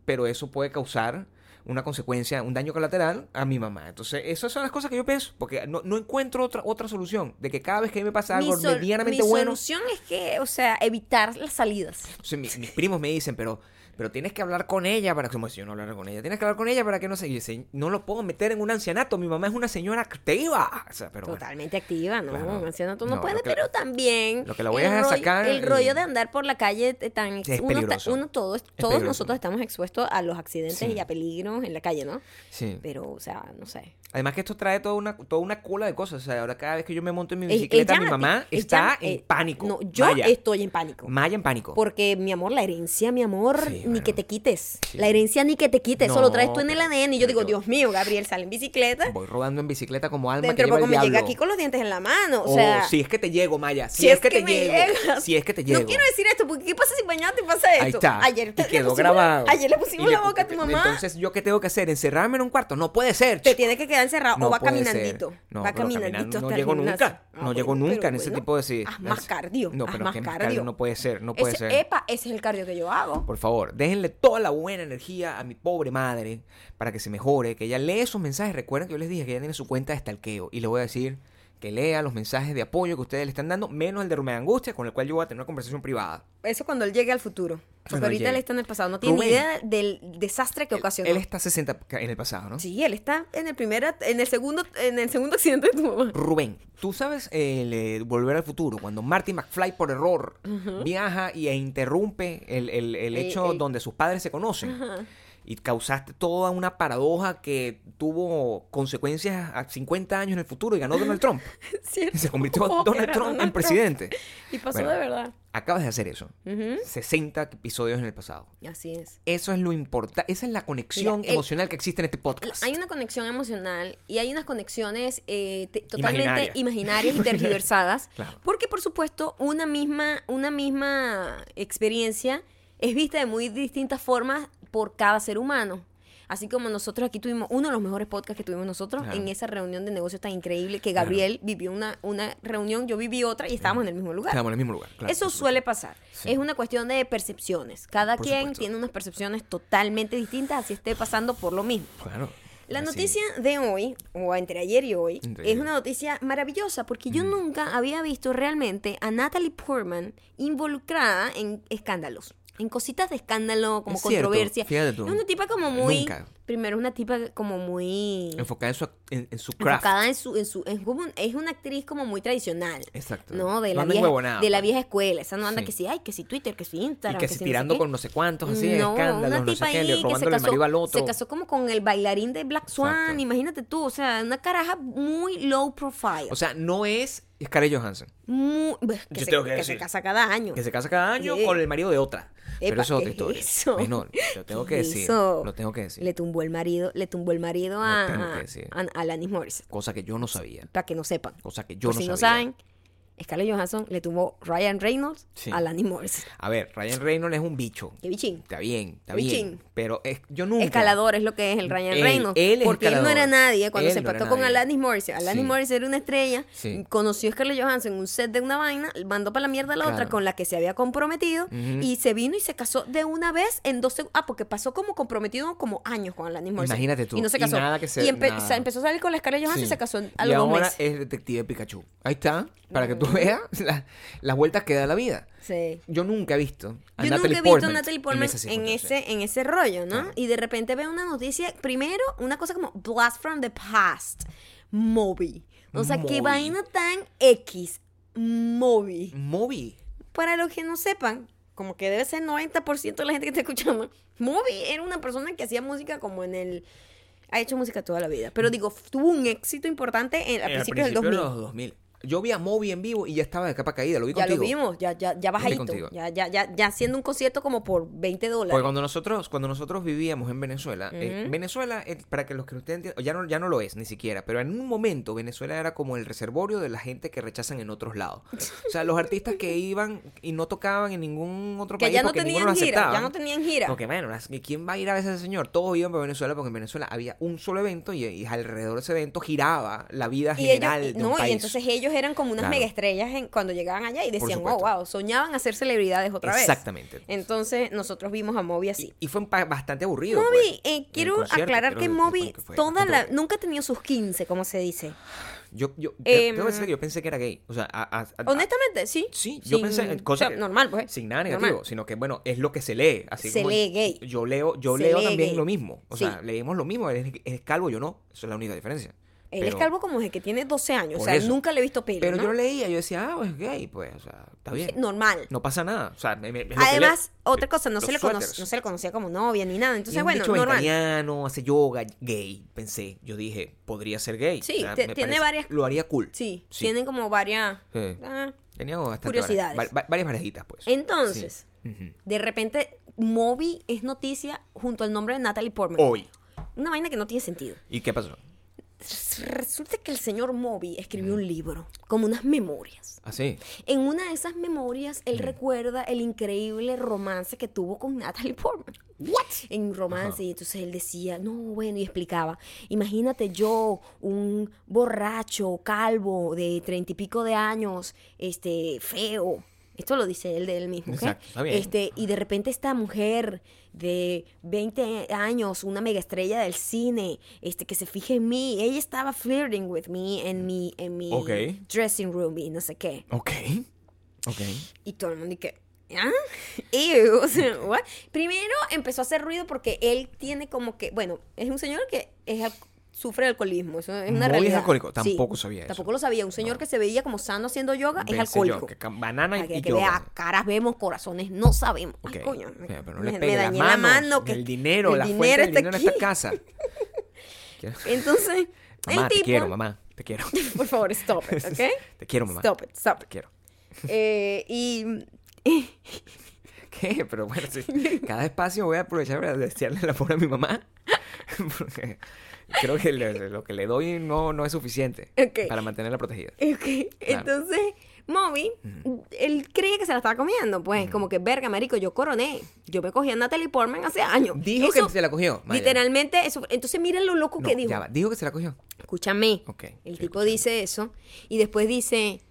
S2: pero eso puede causar una consecuencia, un daño colateral a mi mamá. Entonces, esas son las cosas que yo pienso, porque no, no encuentro otra, otra solución, de que cada vez que a mí me pasa algo
S1: sol-
S2: medianamente
S1: mi
S2: bueno,
S1: solución es que, o sea, evitar las salidas.
S2: entonces, mi- mis primos me dicen, pero, pero tienes que hablar con ella para que, como si yo no hablara con ella, tienes que hablar con ella para que no se... y dice, no lo puedo meter en un ancianato, mi mamá es una señora activa. O sea, pero bueno.
S1: Totalmente activa, ¿no?
S2: Claro.
S1: Anciana, tú no,
S2: No,
S1: puedes,
S2: lo que la-
S1: pero también.
S2: lo que la voy
S1: el
S2: a
S1: rollo-
S2: sacar
S1: El
S2: y-
S1: rollo de andar por la calle eh, tan.
S2: Sí, es
S1: uno, está-
S2: peligroso.
S1: uno todos, todos
S2: peligroso.
S1: nosotros estamos expuestos a los accidentes
S2: Sí.
S1: y a peligros en la calle, ¿no?
S2: Sí.
S1: Pero, o sea, no sé.
S2: Además que esto trae toda una, toda una cola de cosas. O sea, ahora cada vez que yo me monto en mi
S1: Ella-
S2: bicicleta, mi
S1: ella-
S2: mamá
S1: ella-
S2: está
S1: eh,
S2: en pánico.
S1: No, yo
S2: Maya.
S1: estoy en pánico.
S2: Maya en pánico.
S1: Porque, mi amor, la herencia, mi amor,
S2: Sí,
S1: ni
S2: bueno.
S1: que te quites.
S2: Sí.
S1: La herencia ni que te quites. Eso lo
S2: No,
S1: traes tú en el
S2: pero-
S1: ADN. Y yo
S2: pero
S1: digo,
S2: yo-
S1: Dios mío, Gabriel sale en bicicleta.
S2: Voy rodando en bicicleta como alma que
S1: Dentro de
S2: lleva
S1: poco
S2: el
S1: me llega
S2: diablo.
S1: aquí con los dientes en la mano. O
S2: Oh,
S1: sea,
S2: si es que te llego, Maya. Si,
S1: si
S2: es, que, te
S1: me
S2: llego.
S1: llegas.
S2: Si es que te llego.
S1: No quiero decir esto, porque ¿qué pasa si mañana te pasa esto?
S2: Ahí está.
S1: Ayer te
S2: y
S1: le
S2: quedó
S1: pusimos-
S2: grabado.
S1: Ayer le
S2: Y
S1: pusimos la boca a tu mamá.
S2: Entonces, ¿yo qué tengo que hacer? ¿Encerrarme en un cuarto? No puede ser.
S1: te
S2: chico.
S1: tienes que quedar encerrado
S2: No
S1: o va
S2: puede ser.
S1: caminandito.
S2: No,
S1: va
S2: pero
S1: caminandito
S2: caminando no
S1: hasta el
S2: llego
S1: gimnasio.
S2: nunca.
S1: Ah,
S2: no llego
S1: bueno,
S2: nunca
S1: pero
S2: en ese
S1: bueno.
S2: tipo de sí.
S1: Haz más cardio.
S2: No, pero
S1: haz
S2: es que
S1: más
S2: más
S1: cardio.
S2: cardio no puede ser, no puede
S1: Ese-
S2: ser.
S1: Epa, ese es el cardio que yo hago.
S2: Por favor, déjenle toda la buena energía a mi pobre madre para que se mejore, que ella lee sus mensajes. Recuerden que yo les dije que ella tiene su cuenta de stalkeo y le voy a decir que lea los mensajes de apoyo que ustedes le están dando, menos el de Rubén Angustia, con el cual yo voy a tener una conversación privada.
S1: Eso cuando él llegue al futuro. Porque
S2: Cuando él
S1: ahorita él
S2: llegue.
S1: está en el pasado. No tiene ni
S2: Rubén.
S1: idea del desastre que ocasionó.
S2: Él está 60 ca- en el pasado, ¿no?
S1: Sí, él está en el primer, at- en el segundo, en el segundo accidente de tu mamá.
S2: Rubén, tú sabes el eh, Volver al Futuro, cuando Marty McFly por error viaja y, e interrumpe el, el- el
S1: El-
S2: hecho
S1: el-
S2: donde sus padres se conocen. Y causaste toda una paradoja que tuvo consecuencias a 50 años en el futuro y ganó Donald Trump.
S1: ¿Cierto?
S2: Se convirtió
S1: Oh,
S2: Donald
S1: era
S2: Trump
S1: Donald
S2: en presidente.
S1: Y pasó
S2: Bueno.
S1: de verdad.
S2: Acabas de hacer eso.
S1: ¿Mm?
S2: 60 episodios en el pasado.
S1: Así es.
S2: Eso es lo importante. Esa es la conexión
S1: Mira, el-
S2: emocional que existe en este podcast.
S1: Hay una conexión emocional y hay unas conexiones eh, te- totalmente
S2: Imaginaria.
S1: imaginarias y tergiversadas.
S2: Claro.
S1: Porque, por supuesto, una misma, una misma experiencia es vista de muy distintas formas por cada ser humano. Así como nosotros aquí tuvimos uno de los mejores podcasts que tuvimos nosotros
S2: Claro.
S1: en esa reunión de negocios tan increíble que
S2: Claro.
S1: Gabriel vivió una, una reunión, yo viví otra y estábamos en el mismo lugar.
S2: Estamos en el mismo lugar. claro,
S1: Eso
S2: por supuesto.
S1: suele pasar.
S2: Sí.
S1: Es una cuestión de percepciones. Cada
S2: Por
S1: quien
S2: supuesto.
S1: tiene unas percepciones totalmente distintas, así esté pasando por lo mismo.
S2: Claro.
S1: La
S2: Así.
S1: noticia de hoy, o entre ayer y hoy,
S2: Entre
S1: es
S2: ayer. Mm.
S1: una noticia maravillosa porque yo nunca había visto realmente a Natalie Portman involucrada en escándalos. En cositas de escándalo, como
S2: Es cierto,
S1: controversia.
S2: fíjate tú.
S1: Es una tipa como muy.
S2: Nunca.
S1: Primero, una tipa como muy.
S2: Enfocada en su, ac- en, en su craft.
S1: Enfocada en su. En su en como un- es una actriz como muy tradicional.
S2: Exacto.
S1: No, de
S2: No
S1: la,
S2: anda en
S1: vieja,
S2: huevonada,
S1: de la
S2: pues.
S1: vieja escuela. Esa no anda
S2: Sí.
S1: que si, ay, que si Twitter, que si
S2: Y
S1: Instagram.
S2: que
S1: si
S2: se
S1: no sé
S2: tirando
S1: qué.
S2: con no sé cuántos, así,
S1: No,
S2: escándalos,
S1: una
S2: no sé
S1: tipa
S2: qué, le
S1: ahí que se
S2: robándole el
S1: casó,
S2: marido al otro.
S1: se casó como con el bailarín de Black Swan,
S2: Exacto.
S1: imagínate tú, o sea, una caraja muy low profile.
S2: O sea, no es Scarlett Johansson,
S1: muy- que,
S2: yo
S1: se,
S2: tengo que
S1: que
S2: decir.
S1: se casa cada año.
S2: que se casa cada año
S1: Sí.
S2: con el marido de otra. Pero
S1: Epa,
S2: eso es otra
S1: ¿qué
S2: historia.
S1: es eso?
S2: Menor, lo tengo que
S1: ¿Qué
S2: decir.
S1: hizo?
S2: Lo tengo que decir.
S1: Le tumbó el marido, le tumbó el marido a,
S2: Lo tengo que
S1: a,
S2: decir.
S1: a- a Alanis Morissette,
S2: Cosa que yo no sabía.
S1: para que no sepan.
S2: Cosa que yo
S1: Por
S2: no
S1: si
S2: sabía.
S1: no saben, Scarlett Johansson le tumbó Ryan Reynolds
S2: Sí.
S1: a Alanis Morissette.
S2: A ver, Ryan Reynolds es un bicho.
S1: Qué bichín.
S2: Está bien, está
S1: Un
S2: bien.
S1: chin.
S2: Pero es- yo nunca.
S1: Escalador es lo que es el Ryan
S2: Él-
S1: Reynolds.
S2: él es
S1: porque él no
S2: escalador.
S1: era nadie cuando
S2: Él
S1: se
S2: no era
S1: empató con
S2: nadie.
S1: Alanis Morissette. Alanis
S2: Sí.
S1: Morissette era una estrella.
S2: Sí.
S1: Conoció a Scarlett Johansson en un set de una vaina. Mandó para la mierda a la otra
S2: Claro.
S1: con la que se había comprometido. Y se vino y se casó de una vez en dos seg- Ah, porque pasó como comprometido como años con Alanis Morissette.
S2: Imagínate tú.
S1: Y no se
S2: Y
S1: casó.
S2: nada que se-
S1: Y empe-
S2: nada.
S1: o sea, empezó a salir con la Scarlett Johansson
S2: Sí.
S1: y se casó a
S2: y
S1: los dos
S2: ahora
S1: meses.
S2: es detective Pikachu. Ahí está, para que tú
S1: Mm.
S2: veas la- las vueltas que da la vida.
S1: Sí.
S2: Yo nunca he visto a
S1: Yo
S2: Natalie
S1: nunca he visto a
S2: Portman
S1: Natalie Portman
S2: esas
S1: en
S2: circunstancias.
S1: ese, en ese rollo, ¿no?
S2: Claro.
S1: Y de repente veo una noticia, primero, una cosa como Blast from the Past, Moby. O sea, qué
S2: Moby.
S1: vaina tan X, Moby.
S2: Moby.
S1: Para los que no sepan, como que debe ser 90% de la gente que está escuchando, Moby era una persona que hacía música como en el... Ha hecho música toda la vida, pero digo, tuvo un éxito importante en, a
S2: Eh, Al
S1: principios del
S2: principio de
S1: 2000.
S2: los 2000. Yo vi a Moby en vivo y ya estaba de capa caída. Lo vi
S1: Ya lo
S2: contigo.
S1: vimos, ya, ya, ya bajadito,
S2: contigo.
S1: ya, ya, ya, ya haciendo un concierto como por 20 dólares.
S2: Porque cuando nosotros, cuando nosotros vivíamos en Venezuela, eh, Venezuela, eh, para que los que no estén entiendan, ya no, ya no lo es ni siquiera, pero en un momento Venezuela era como el reservorio de la gente que rechazan en otros lados. O sea, los artistas que iban y no tocaban en ningún otro
S1: Que
S2: país
S1: ya no
S2: porque ninguno
S1: tenían
S2: los
S1: gira,
S2: aceptaba.
S1: ya no tenían gira.
S2: Porque bueno, las- ¿quién va a ir a ver a ese señor? Todos iban para Venezuela porque en Venezuela había un solo evento y, y alrededor de ese evento giraba la vida
S1: Y ellos,
S2: general
S1: y-
S2: de un
S1: no,
S2: país.
S1: y entonces ellos eran como unas
S2: Claro.
S1: mega estrellas cuando llegaban allá y decían, wow,
S2: supuesto.
S1: wow, soñaban hacer celebridades otra vez.
S2: Exactamente.
S1: Entonces nosotros vimos a Moby así.
S2: Y, y fue un pa- bastante aburrido. pues,
S1: Moby, eh,
S2: el
S1: quiero
S2: concierto,
S1: aclarar
S2: quiero
S1: que
S2: decir,
S1: Moby
S2: porque fue
S1: toda
S2: bastante Ah,
S1: la,
S2: aburrido.
S1: nunca ha tenido sus 15, como se dice.
S2: Yo, yo, yo
S1: Em,
S2: tengo que decir que yo pensé que era gay. O sea, a- a- a-
S1: Honestamente, sí.
S2: Sí, yo
S1: Sin-
S2: pensé en
S1: o
S2: cosas
S1: sea,
S2: que-
S1: normal, pues.
S2: sin nada negativo,
S1: normal.
S2: sino que bueno, es lo que se lee, así
S1: Se
S2: como
S1: lee gay.
S2: Yo leo, yo
S1: Se
S2: leo
S1: lee
S2: también
S1: gay.
S2: lo mismo, o sea,
S1: Sí.
S2: leemos lo mismo, él es, él es calvo, yo no, eso es la única diferencia.
S1: Él es
S2: Pero-
S1: calvo como desde que tiene 12 años, o
S2: Por
S1: sea,
S2: eso.
S1: nunca le he visto pelo,
S2: Pero
S1: ¿no?
S2: yo lo leía, yo decía, ah, pues gay, pues, o sea, está bien.
S1: Normal.
S2: No pasa nada, o sea, me- me- es lo que
S1: Además,
S2: leo.
S1: otra cosa, no
S2: Los
S1: se, le conoce-
S2: suéteres.
S1: no se le conocía como novia ni nada,
S2: Y
S1: entonces
S2: un
S1: bueno,
S2: bicho
S1: normal.
S2: vegetariano, hace yoga, gay, pensé, yo dije, podría ser gay.
S1: Sí,
S2: o sea,
S1: te-
S2: me
S1: tiene
S2: parece-
S1: varias-
S2: Lo haría cool.
S1: Sí,
S2: Sí.
S1: tienen como varias...
S2: Sí.
S1: ah,
S2: Tenía bastante
S1: Curiosidades.
S2: Varias, va- va- varias parejitas, pues.
S1: Entonces,
S2: Sí. Ujú.
S1: de repente, Moby es noticia junto al nombre de Natalie Portman.
S2: Hoy.
S1: Una vaina que no tiene sentido.
S2: ¿Y qué pasó?
S1: Resulta que el señor Moby escribió un libro, como unas memorias.
S2: Así.
S1: En una de esas memorias, él recuerda el increíble romance que tuvo con Natalie Portman. ¿What? En romance, y entonces él decía, no, bueno, y explicaba, imagínate yo, un borracho, calvo, de treinta y pico de años, este, feo. Esto lo dice él de él mismo, ¿ok?
S2: Exacto, está bien.
S1: Este, y de repente esta mujer de 20 años, una mega estrella del cine, este, que se fije en mí, ella estaba flirting with me en mi, en mi
S2: Ok.
S1: dressing room y no sé qué.
S2: Ok. Ok.
S1: Y todo el mundo y que, ¿ah? Ew, o sea, what? Primero empezó a hacer ruido porque él tiene como que, bueno, es un señor que es al- sufre de alcoholismo, eso es una
S2: Muy
S1: realidad.
S2: alcohólico,
S1: Sí,
S2: tampoco sabía eso.
S1: Tampoco lo sabía, un señor que se veía como sano haciendo yoga Ah, es
S2: Pensé
S1: alcohólico.
S2: yo, que cam- banana y,
S1: Para que,
S2: y
S1: que
S2: yoga.
S1: vea, caras vemos, corazones no sabemos. Ay,
S2: Ok.
S1: coño,
S2: O
S1: me,
S2: sea, pero no le
S1: me-
S2: pegue
S1: me
S2: las
S1: dañé
S2: manos,
S1: la mano. Que
S2: el dinero,
S1: el
S2: la
S1: dinero
S2: fuente del
S1: está
S2: dinero en esta
S1: aquí.
S2: casa. Quiero-
S1: Entonces,
S2: Mamá,
S1: el
S2: te
S1: tipo...
S2: quiero, mamá, te quiero.
S1: Por favor, stop it, ¿ok?
S2: Te quiero, mamá.
S1: Stop it, stop
S2: Te
S1: it.
S2: quiero.
S1: Eh, y
S2: ¿Qué? Pero bueno, sí, cada espacio voy a aprovechar para desearle el amor a mi mamá. Porque creo que le- lo que le doy no, no es suficiente
S1: Ok.
S2: para mantenerla protegida.
S1: Ok, Entonces, Moby, él creía que se la estaba comiendo. Pues, como que, verga, marico, yo coroné. Yo me cogí a Natalie Portman hace años.
S2: Dijo
S1: Eso-
S2: que se la cogió. Maya.
S1: Literalmente, eso. Entonces, mira lo loco
S2: No,
S1: que dijo.
S2: ya va, Dijo que se la cogió.
S1: Escúchame.
S2: Ok,
S1: El
S2: estoy
S1: tipo dice eso. Y después dice,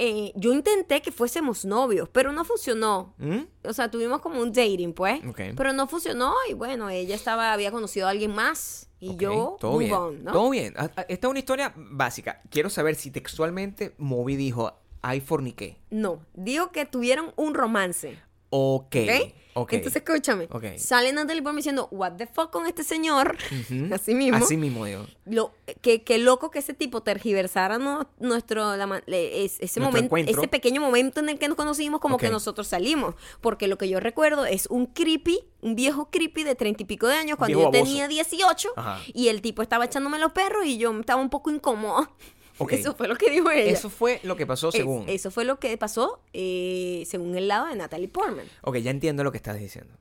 S1: eh, yo intenté que fuésemos novios, pero no funcionó.
S2: ¿Mm?
S1: O sea, tuvimos como un dating, pues.
S2: Ok.
S1: Pero no funcionó y bueno, ella estaba, había conocido a alguien más y
S2: Ok,
S1: yo,
S2: todo
S1: move
S2: bien.
S1: on, ¿no?
S2: Todo bien. Ah, ah, Esta es una historia básica. Quiero saber si textualmente Moby dijo, I forniqué.
S1: No, digo que tuvieron un romance.
S2: Ok.
S1: ¿Ok?
S2: Ok.
S1: Entonces, escúchame.
S2: Ok.
S1: Sale Natalie Portman diciendo, what the fuck con este señor.
S2: Ujú.
S1: Así mismo.
S2: ¿Mm? Así mismo, digo.
S1: Lo, que, que loco que ese tipo tergiversara no- nuestro, la ma- le- es- ese
S2: Nuestro
S1: momento,
S2: encuentro.
S1: ese pequeño momento en el que nos conocimos, como
S2: Ok.
S1: que nosotros salimos. Porque lo que yo recuerdo es un creepy, un viejo creepy de treinta y pico de años, cuando yo
S2: Viejo baboso.
S1: tenía 18,
S2: Ajá.
S1: y el tipo estaba echándome los perros y yo estaba un poco incómoda.
S2: Ok.
S1: Eso fue lo que dijo ella.
S2: Eso fue lo que pasó
S1: Es-
S2: según.
S1: eso fue lo que pasó eh, según el lado de Natalie Portman.
S2: Ok, ya entiendo lo que estás diciendo.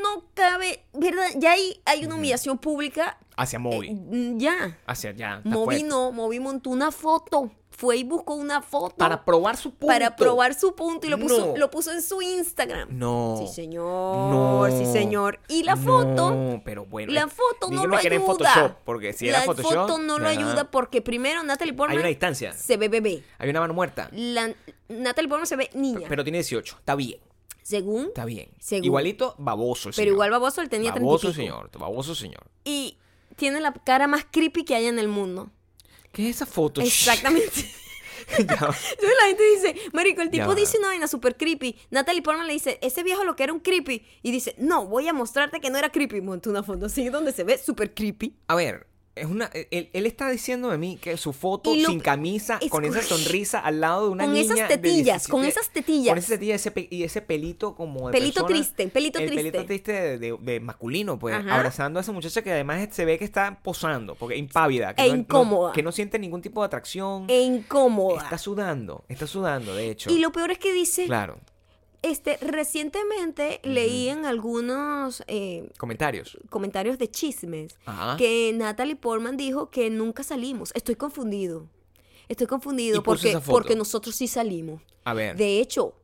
S1: No cabe, ¿verdad? Ya ahí hay una humillación pública.
S2: Hacia Moby.
S1: Eh, mm, ya.
S2: Hacia allá. está
S1: Moby
S2: fuerte.
S1: no, Moby montó una foto. Fue y buscó una foto
S2: Para probar su punto.
S1: para probar su punto y lo puso,
S2: No.
S1: lo puso en su Instagram.
S2: No.
S1: Sí, señor.
S2: No.
S1: Sí, señor. Y la
S2: No,
S1: foto.
S2: pero bueno. eh,
S1: La foto no
S2: dígame
S1: lo
S2: que era en
S1: ayuda.
S2: Photoshop, porque si
S1: la
S2: era Photoshop.
S1: foto no lo
S2: nah.
S1: ayuda porque primero Natalie Portman
S2: Hay una distancia.
S1: se ve bebé.
S2: Hay una mano muerta.
S1: La, Natalie Portman se ve niña.
S2: Pero tiene 18. Está bien.
S1: según
S2: Está bien.
S1: Según-
S2: Igualito, baboso. el
S1: Pero
S2: señor.
S1: igual baboso, él tenía
S2: Baboso,
S1: 30 y pico.
S2: señor. Baboso, señor.
S1: Y tiene la cara más creepy que hay en el mundo.
S2: ¿Qué es esa foto?
S1: Exactamente.
S2: Ya.
S1: Entonces la gente dice, marico, el
S2: Ya
S1: tipo
S2: va.
S1: dice una vaina super creepy. Natalie Portman le dice, ese viejo lo que era un creepy. Y dice, no, voy a mostrarte que no era creepy. Montó una foto así donde se ve super creepy.
S2: A ver, es una, e, él, él está diciendo de mí que su foto
S1: Y lo-
S2: sin camisa,
S1: es
S2: con esa
S1: cor-
S2: sonrisa al lado de una
S1: Con
S2: niña.
S1: esas
S2: de
S1: tetillas, con
S2: 17,
S1: esas tetillas.
S2: Con esas tetillas ese pe- y ese pelito como. de
S1: Pelito
S2: persona,
S1: triste, pelito
S2: el
S1: triste.
S2: pelito triste de, de- de masculino, pues.
S1: Ajá.
S2: Abrazando a esa muchacha que además se ve que está posando, porque impávida. Que
S1: E
S2: no- no-
S1: incómoda.
S2: que no siente ningún tipo de atracción.
S1: E incómoda.
S2: Está sudando, está sudando, de hecho.
S1: Y lo peor es que dice,
S2: Claro,
S1: este, recientemente leí en algunos eh,
S2: comentarios.
S1: comentarios de chismes
S2: Ajá.
S1: que Natalie Portman dijo que nunca salimos. Estoy confundido. Estoy
S2: Y
S1: confundido
S2: puso
S1: porque,
S2: esa foto.
S1: porque nosotros sí salimos.
S2: A ver.
S1: De hecho,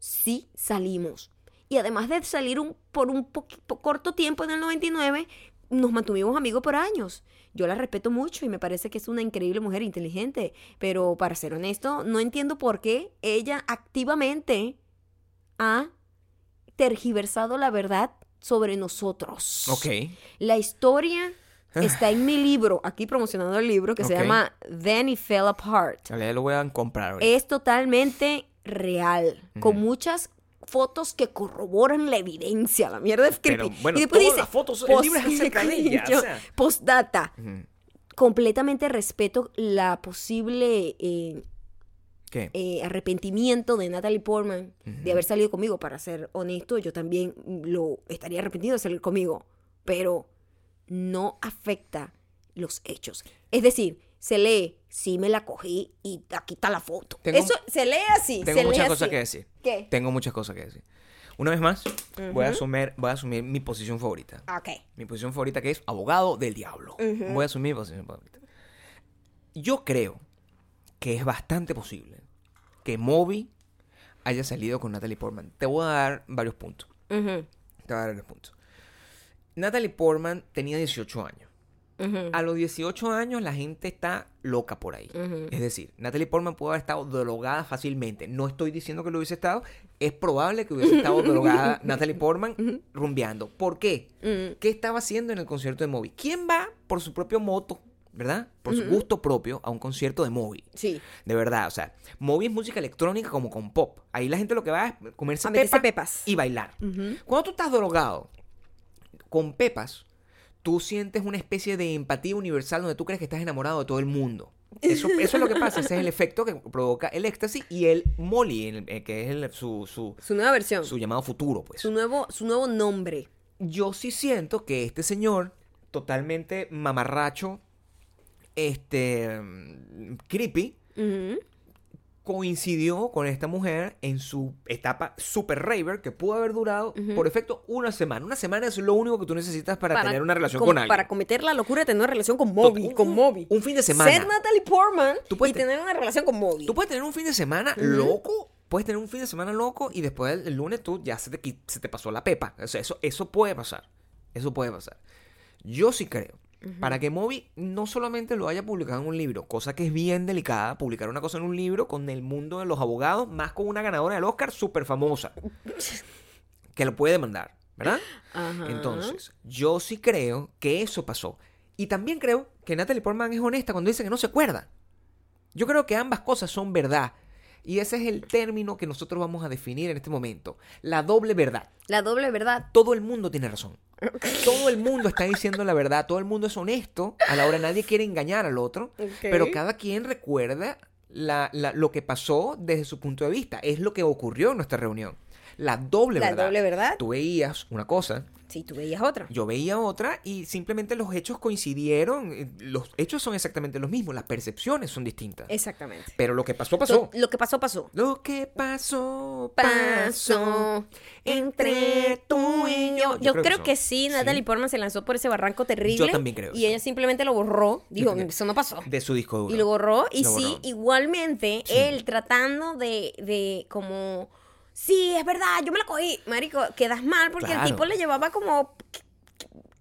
S1: sí salimos. Y además de salir un, por un poqui- po- corto tiempo en el 99, nos mantuvimos amigos por años. Yo la respeto mucho y me parece que es una increíble mujer inteligente. Pero para ser honesto, no entiendo por qué ella activamente ha tergiversado la verdad sobre nosotros.
S2: Ok.
S1: La historia está en mi libro, aquí promocionando el libro que
S2: Ah. Ok. Ah,
S1: se llama Then It Fell Apart
S2: A ver, lo voy a comprar ahorita.
S1: es totalmente real, con muchas fotos que corroboran la evidencia, la mierda es creepy.
S2: Pero, bueno, todas las fotos, el
S1: post-
S2: libro es acerca de ella, o sea.
S1: postdata,
S2: Ujú.
S1: completamente respeto la posible eh,
S2: ¿Qué?
S1: eh, arrepentimiento de Natalie Portman de haber salido conmigo, para ser honesto, yo también lo estaría arrepentido de salir conmigo, pero no afecta los hechos. Es decir, se lee, sí me la cogí y aquí está la foto.
S2: Tengo-
S1: Eso se lee así.
S2: Tengo
S1: se lee
S2: muchas
S1: así.
S2: cosas que decir.
S1: ¿Qué?
S2: Tengo muchas cosas que decir. Una vez más, voy, a asumir, voy a asumir mi posición favorita.
S1: Ah, Ok.
S2: Mi posición favorita que es abogado del diablo. Voy a asumir mi posición favorita. Yo creo que es bastante posible que Moby haya salido con Natalie Portman. Te voy a dar varios puntos.
S1: Ujú,
S2: Te voy a dar varios puntos. Natalie Portman tenía 18 años.
S1: ujú,
S2: A los 18 años la gente está loca por ahí. Es decir, Natalie Portman pudo haber estado drogada fácilmente. No estoy diciendo que lo hubiese estado. Es probable que hubiese estado drogada Natalie Portman rumbeando. ¿Por qué? ¿Qué estaba haciendo en el concierto de Moby? ¿Quién va por su propio moto, verdad? Por su gusto propio a un concierto de Moby.
S1: Sí.
S2: De verdad, o sea, Moby es música electrónica como con pop. Ahí la gente lo que va es comerse
S1: A meterse
S2: pepa
S1: pepas.
S2: y bailar. Cuando tú estás drogado con pepas, tú sientes una especie de empatía universal donde tú crees que estás enamorado de todo el mundo. Eso, eso es lo que pasa, ese es el efecto que provoca el éxtasis y el molly, el- eh, que es el- su, su,
S1: Su nueva versión.
S2: su llamado futuro, pues
S1: Su nuevo, su nuevo nombre.
S2: yo sí siento que este señor, totalmente mamarracho, este, mm, creepy, coincidió con esta mujer en su etapa super raver, que pudo haber durado, por efecto, una semana. Una semana es lo único que tú necesitas para, tener una relación
S1: com-
S2: con alguien.
S1: Para cometer la locura de tener una relación con Moby.
S2: un-
S1: con Moby.
S2: un fin de semana.
S1: Ser Natalie Portman
S2: Tú puedes
S1: y
S2: te-
S1: tener una relación con Moby.
S2: Tú puedes tener un fin de semana loco. Puedes tener un fin de semana loco y después el, el lunes tú ya se te, qui- se te pasó la pepa. O sea, eso, eso puede pasar. Eso puede pasar. Yo sí creo Para que Moby no solamente lo haya publicado en un libro, cosa que es bien delicada, publicar una cosa en un libro con el mundo de los abogados, más con una ganadora del Oscar súper famosa, que lo puede demandar, ¿verdad?
S1: Ajá.
S2: Entonces, yo sí creo que eso pasó. Y también creo que Natalie Portman es honesta cuando dice que no se acuerda. Yo creo que ambas cosas son verdad. Y ese es el término que nosotros vamos a definir en este momento. La doble verdad.
S1: La doble verdad.
S2: Todo el mundo tiene razón. Todo el mundo está diciendo la verdad. Todo el mundo es honesto. A la hora nadie quiere engañar al otro.
S1: Ok.
S2: Pero cada quien recuerda la- la- lo que pasó desde su punto de vista. Es lo que ocurrió en nuestra reunión. La doble
S1: La
S2: verdad.
S1: doble verdad.
S2: Tú veías una cosa,
S1: Sí, tú veías otra.
S2: yo veía otra y simplemente los hechos coincidieron. Eh, Los hechos son exactamente los mismos, las percepciones son distintas.
S1: Eh, Exactamente.
S2: Pero lo que pasó, pasó.
S1: To- Lo que pasó, pasó.
S2: Lo que pasó, pasó
S1: Pasó
S2: entre tú y yo.
S1: Yo, creo, que, sí, Natalie Portman se lanzó por ese barranco terrible.
S2: Yo también creo
S1: Y
S2: eso.
S1: ella simplemente lo borró. Dijo,
S2: también.
S1: eso no pasó.
S2: De su disco duro.
S1: Y lo borró. Y
S2: Lo
S1: sí,
S2: borró.
S1: igualmente, él tratando de, de como, sí, es verdad, yo me la cogí. Marico, quedas mal porque
S2: Claro.
S1: el tipo le llevaba como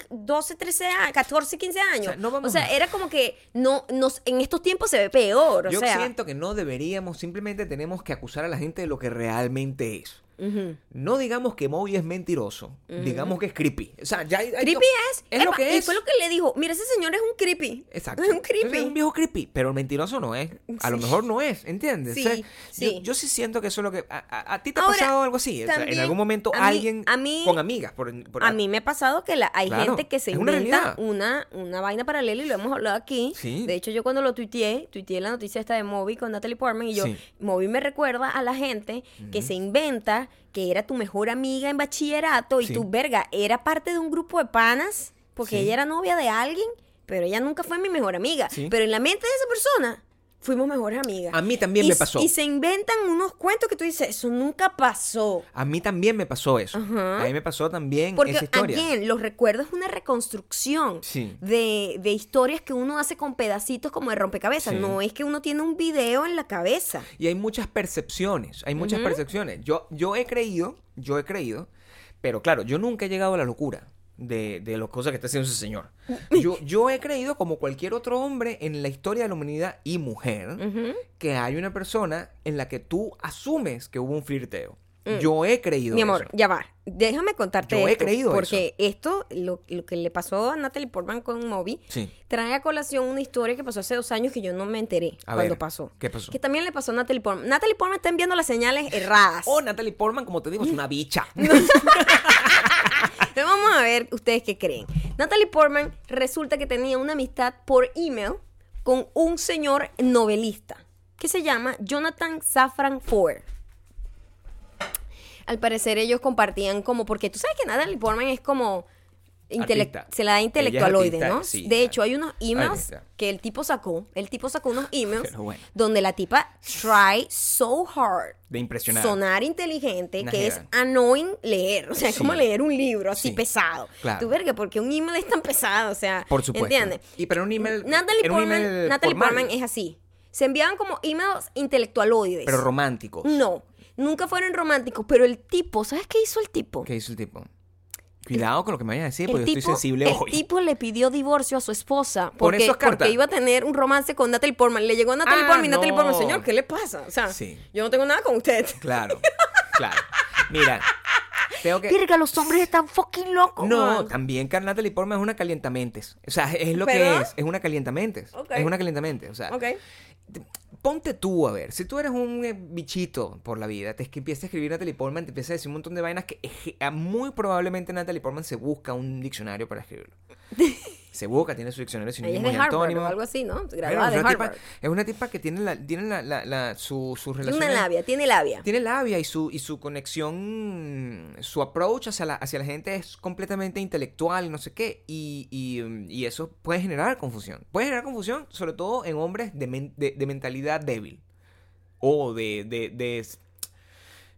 S1: 12, 13 años, 14, 15 años. O sea,
S2: no vamos a-
S1: era como que no, nos, en estos tiempos se ve peor. O
S2: Yo
S1: sea,
S2: siento que no deberíamos, simplemente tenemos que acusar a la gente de lo que realmente es.
S1: Ujú.
S2: No digamos que Moby es mentiroso, digamos que es creepy. O sea, ya hay- hay-
S1: creepy es.
S2: Es lo
S1: Epa,
S2: que
S1: y
S2: es.
S1: fue lo que le dijo, mira, ese señor es un creepy.
S2: Exacto.
S1: Es un creepy.
S2: Es un viejo creepy, pero mentiroso no es. A lo
S1: Sí.
S2: mejor no es, ¿entiendes?
S1: Sí,
S2: O sea,
S1: sí.
S2: Yo, yo sí siento que eso es lo que... ¿A, a- a ti te ha
S1: Ahora,
S2: pasado algo así? O sea, en
S1: también,
S2: algún momento
S1: a mí-
S2: alguien
S1: a mí-
S2: con amigas. Por, por-
S1: A mí me ha pasado que la, hay
S2: Claro,
S1: gente que se
S2: es una
S1: inventa
S2: realidad.
S1: una, una vaina paralela y lo hemos hablado aquí.
S2: Sí.
S1: De hecho, yo cuando lo tuiteé, tuiteé la noticia esta de Moby con Natalie Portman y yo,
S2: Sí.
S1: Moby me recuerda a la gente que se inventa que era tu mejor amiga en bachillerato y
S2: Sí.
S1: tu verga era parte de un grupo de panas porque
S2: Sí.
S1: ella era novia de alguien, pero ella nunca fue mi mejor amiga.
S2: Sí.
S1: Pero en la mente de esa persona fuimos mejores amigas.
S2: A mí también
S1: Y
S2: me
S1: s-
S2: pasó.
S1: Y se inventan unos cuentos que tú dices, eso nunca pasó.
S2: A mí también me pasó eso.
S1: Ajá.
S2: A mí me pasó también esa
S1: Porque,
S2: historia.
S1: again, los recuerdos es una reconstrucción
S2: Sí.
S1: de, de historias que uno hace con pedacitos como de rompecabezas.
S2: Sí.
S1: No es que uno tiene un video en la cabeza.
S2: Y hay muchas percepciones, hay muchas percepciones. Yo, yo he creído, yo he creído, pero claro, yo nunca he llegado a la locura de, de las cosas que está haciendo ese señor. Yo, yo he creído, como cualquier otro hombre en la historia de la humanidad y mujer, que hay una persona en la que tú asumes que hubo un flirteo. Yo he creído
S1: Mm. Mi amor,
S2: eso.
S1: ya va. Déjame contarte
S2: Yo he
S1: esto,
S2: creído
S1: Porque esto, lo, lo que le pasó a Natalie Portman con Moby,
S2: Sí.
S1: trae a colación una historia que pasó hace dos años que yo no me enteré
S2: A
S1: cuando
S2: ver,
S1: pasó.
S2: ¿qué pasó?
S1: Que también le pasó a Natalie Portman. Natalie Portman está enviando las señales erradas.
S2: O Oh, Natalie Portman, como te digo, es una bicha.
S1: Entonces, vamos a ver ustedes qué creen. Natalie Portman resulta que tenía una amistad por email con un señor novelista que se llama Jonathan Safran Foer. Al parecer ellos compartían como, porque tú sabes que Natalie Portman es como... intele-
S2: Artista.
S1: Se la da
S2: Ella es
S1: intelectualoide,
S2: artista,
S1: ¿no?
S2: sí.
S1: de hecho, hay unos emails
S2: Artista.
S1: que el tipo sacó. El tipo sacó unos emails
S2: Pero bueno.
S1: donde la tipa try so hard
S2: De impresionar.
S1: sonar inteligente,
S2: Una
S1: que es
S2: jeva.
S1: annoying leer. O sea, es
S2: Sí.
S1: como leer un libro así
S2: Sí.
S1: pesado.
S2: Claro.
S1: Tú verga, porque un email es tan pesado, o sea,
S2: Por supuesto.
S1: ¿entiendes?
S2: Y pero un email-
S1: Natalie
S2: era un
S1: Portman,
S2: email
S1: Natalie
S2: formal.
S1: Portman es así. Se enviaban como emails intelectualoides.
S2: Pero románticos.
S1: no, nunca fueron románticos, pero el tipo, ¿sabes qué hizo el tipo?
S2: ¿Qué hizo el tipo? Cuidado con lo que me vayas a decir,
S1: el
S2: porque yo estoy sensible
S1: el
S2: hoy.
S1: tipo le pidió divorcio a su esposa porque,
S2: esas cartas.
S1: porque iba a tener un romance con Natalie Portman. Le llegó a Natalie
S2: Ah,
S1: Portman y Natalie
S2: no.
S1: Portman, señor, ¿qué le pasa? O sea,
S2: Sí.
S1: yo no tengo nada con usted.
S2: Claro, claro. Mira, tengo que.
S1: Verga, los hombres están fucking locos.
S2: No,
S1: man.
S2: también Carl Natalie Portman es una calientamentes. O sea, es lo que
S1: ¿Perdón?
S2: es. Es una calientamentes.
S1: Ok.
S2: Es una calientamentes. O sea,
S1: Ok.
S2: ponte tú a ver. Si tú eres un eh, bichito por la vida, te es que empiezas a escribir Natalie Portman, te empiezas a decir un montón de vainas que eh, a- muy probablemente Natalie Portman se busca un diccionario para escribirlo. Se busca, tiene su diccionario sin
S1: Ella es
S2: ningún
S1: de Harvard
S2: antónimo.
S1: o algo así, ¿no?
S2: Bueno,
S1: Graduada
S2: es,
S1: de
S2: una tipa,
S1: Harvard.
S2: es una tipa que tiene, la, tiene la, la, la- su, sus
S1: Tiene
S2: relaciones.
S1: una labia, tiene labia.
S2: Tiene labia y su, y su conexión, su approach hacia la, hacia la gente es completamente intelectual y no sé qué. Y, y, mm, y eso puede generar confusión. Puede generar confusión, sobre todo en hombres de, men- de- de mentalidad débil. O de, de, de,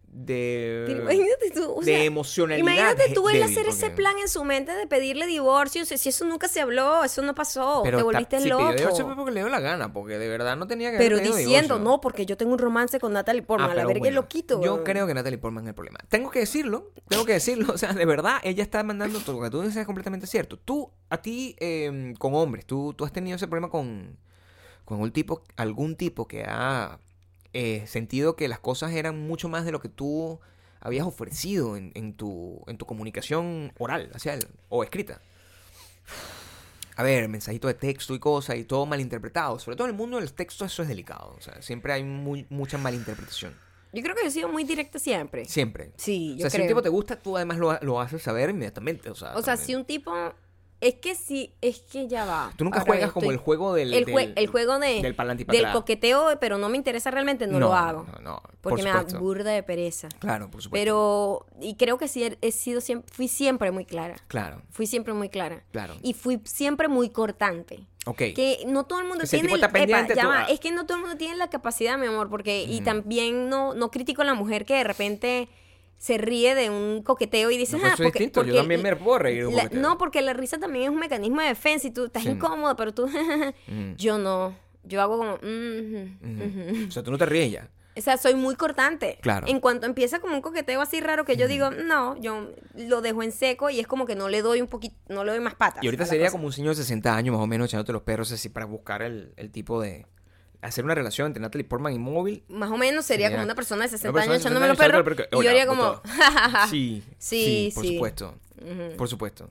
S2: de,
S1: Pero imagínate tú, o
S2: de
S1: sea,
S2: emocionalidad.
S1: Imagínate
S2: je-
S1: tú el
S2: débil,
S1: hacer ese
S2: porque-
S1: plan en su mente de pedirle divorcio. Si si eso nunca se habló, eso no pasó.
S2: Pero
S1: te
S2: ta-
S1: volviste
S2: sí,
S1: loco.
S2: pidió divorcio fue porque le dio la gana, porque de verdad no tenía que haber
S1: Pero
S2: pedido
S1: diciendo,
S2: divorcio.
S1: no, porque yo tengo un romance con Natalie
S2: Ah,
S1: Portman. a la
S2: pero
S1: verga
S2: bueno,
S1: lo quito.
S2: Yo creo que Natalie Portman es el problema. Tengo que decirlo, tengo que decirlo. O sea, de verdad, ella está mandando todo lo que tú dices es completamente cierto. Tú, a ti, eh, con hombres, tú, tú has tenido ese problema con, con un tipo, algún tipo que ha eh, sentido que las cosas eran mucho más de lo que tú habías ofrecido en, en tu, en tu comunicación oral hacia él o escrita. A ver, mensajito de texto y cosas y todo malinterpretado. Sobre todo en el mundo del texto eso es delicado. O sea, siempre hay muy- mucha malinterpretación.
S1: Yo creo que yo he sido muy directa siempre.
S2: Siempre.
S1: Sí,
S2: o
S1: yo
S2: sea, si
S1: creo.
S2: un tipo te gusta, tú además lo, lo haces saber inmediatamente. O sea,
S1: O sea,
S2: Ah, también.
S1: si un tipo. Es que sí, es que ya va.
S2: Tú nunca
S1: Ahora
S2: juegas
S1: yo
S2: como
S1: estoy-
S2: el juego del...
S1: El, jue-
S2: del-
S1: el juego de,
S2: Del pa'lante y pa'
S1: del
S2: atrás.
S1: coqueteo, pero no me interesa realmente, no,
S2: No,
S1: lo hago.
S2: no, no, por
S1: porque me da
S2: supuesto.
S1: burda de pereza.
S2: Claro, por supuesto.
S1: Pero, y creo que sí, he- he sido siempre, fui siempre muy clara.
S2: Claro,
S1: Fui siempre muy clara.
S2: Claro.
S1: Y fui siempre muy cortante.
S2: ok.
S1: Que no todo el mundo
S2: Que si el
S1: tiene
S2: tipo está pendiente,
S1: ya
S2: tú-
S1: va,
S2: ah.
S1: es que no todo el mundo tiene la capacidad, mi amor, porque y también no no critico a la mujer que de repente se ríe de un coqueteo y dice,
S2: No, pero
S1: "Ah,
S2: eso es
S1: porque,
S2: distinto, yo
S1: porque
S2: también me puedo reír de un
S1: la-
S2: coqueteo".
S1: No, porque la risa también es un mecanismo de defensa y tú estás
S2: Sí.
S1: incómodo, pero tú
S2: Mm.
S1: yo no, yo hago como "Mhm,
S2: Ujú.
S1: mhm".
S2: O sea, tú no te ríes ya.
S1: O sea, soy muy cortante.
S2: Claro.
S1: En cuanto empieza como un coqueteo así raro que yo digo, no, yo lo dejo en seco y es como que no le doy un poquito, no le doy más patas.
S2: Y ahorita
S1: a la
S2: sería
S1: cosa.
S2: como un señor de 60 años más o menos echándote los perros así para buscar el, el tipo de... Hacer una relación entre Natalie Portman y móvil.
S1: Más o menos sería
S2: Sería
S1: como una persona de 60
S2: persona de
S1: años echándome los
S2: 60
S1: perros.
S2: años echándole
S1: y yo haría
S2: perros,
S1: como,
S2: porque, sí,
S1: Sí,
S2: por
S1: sí.
S2: supuesto. Por supuesto.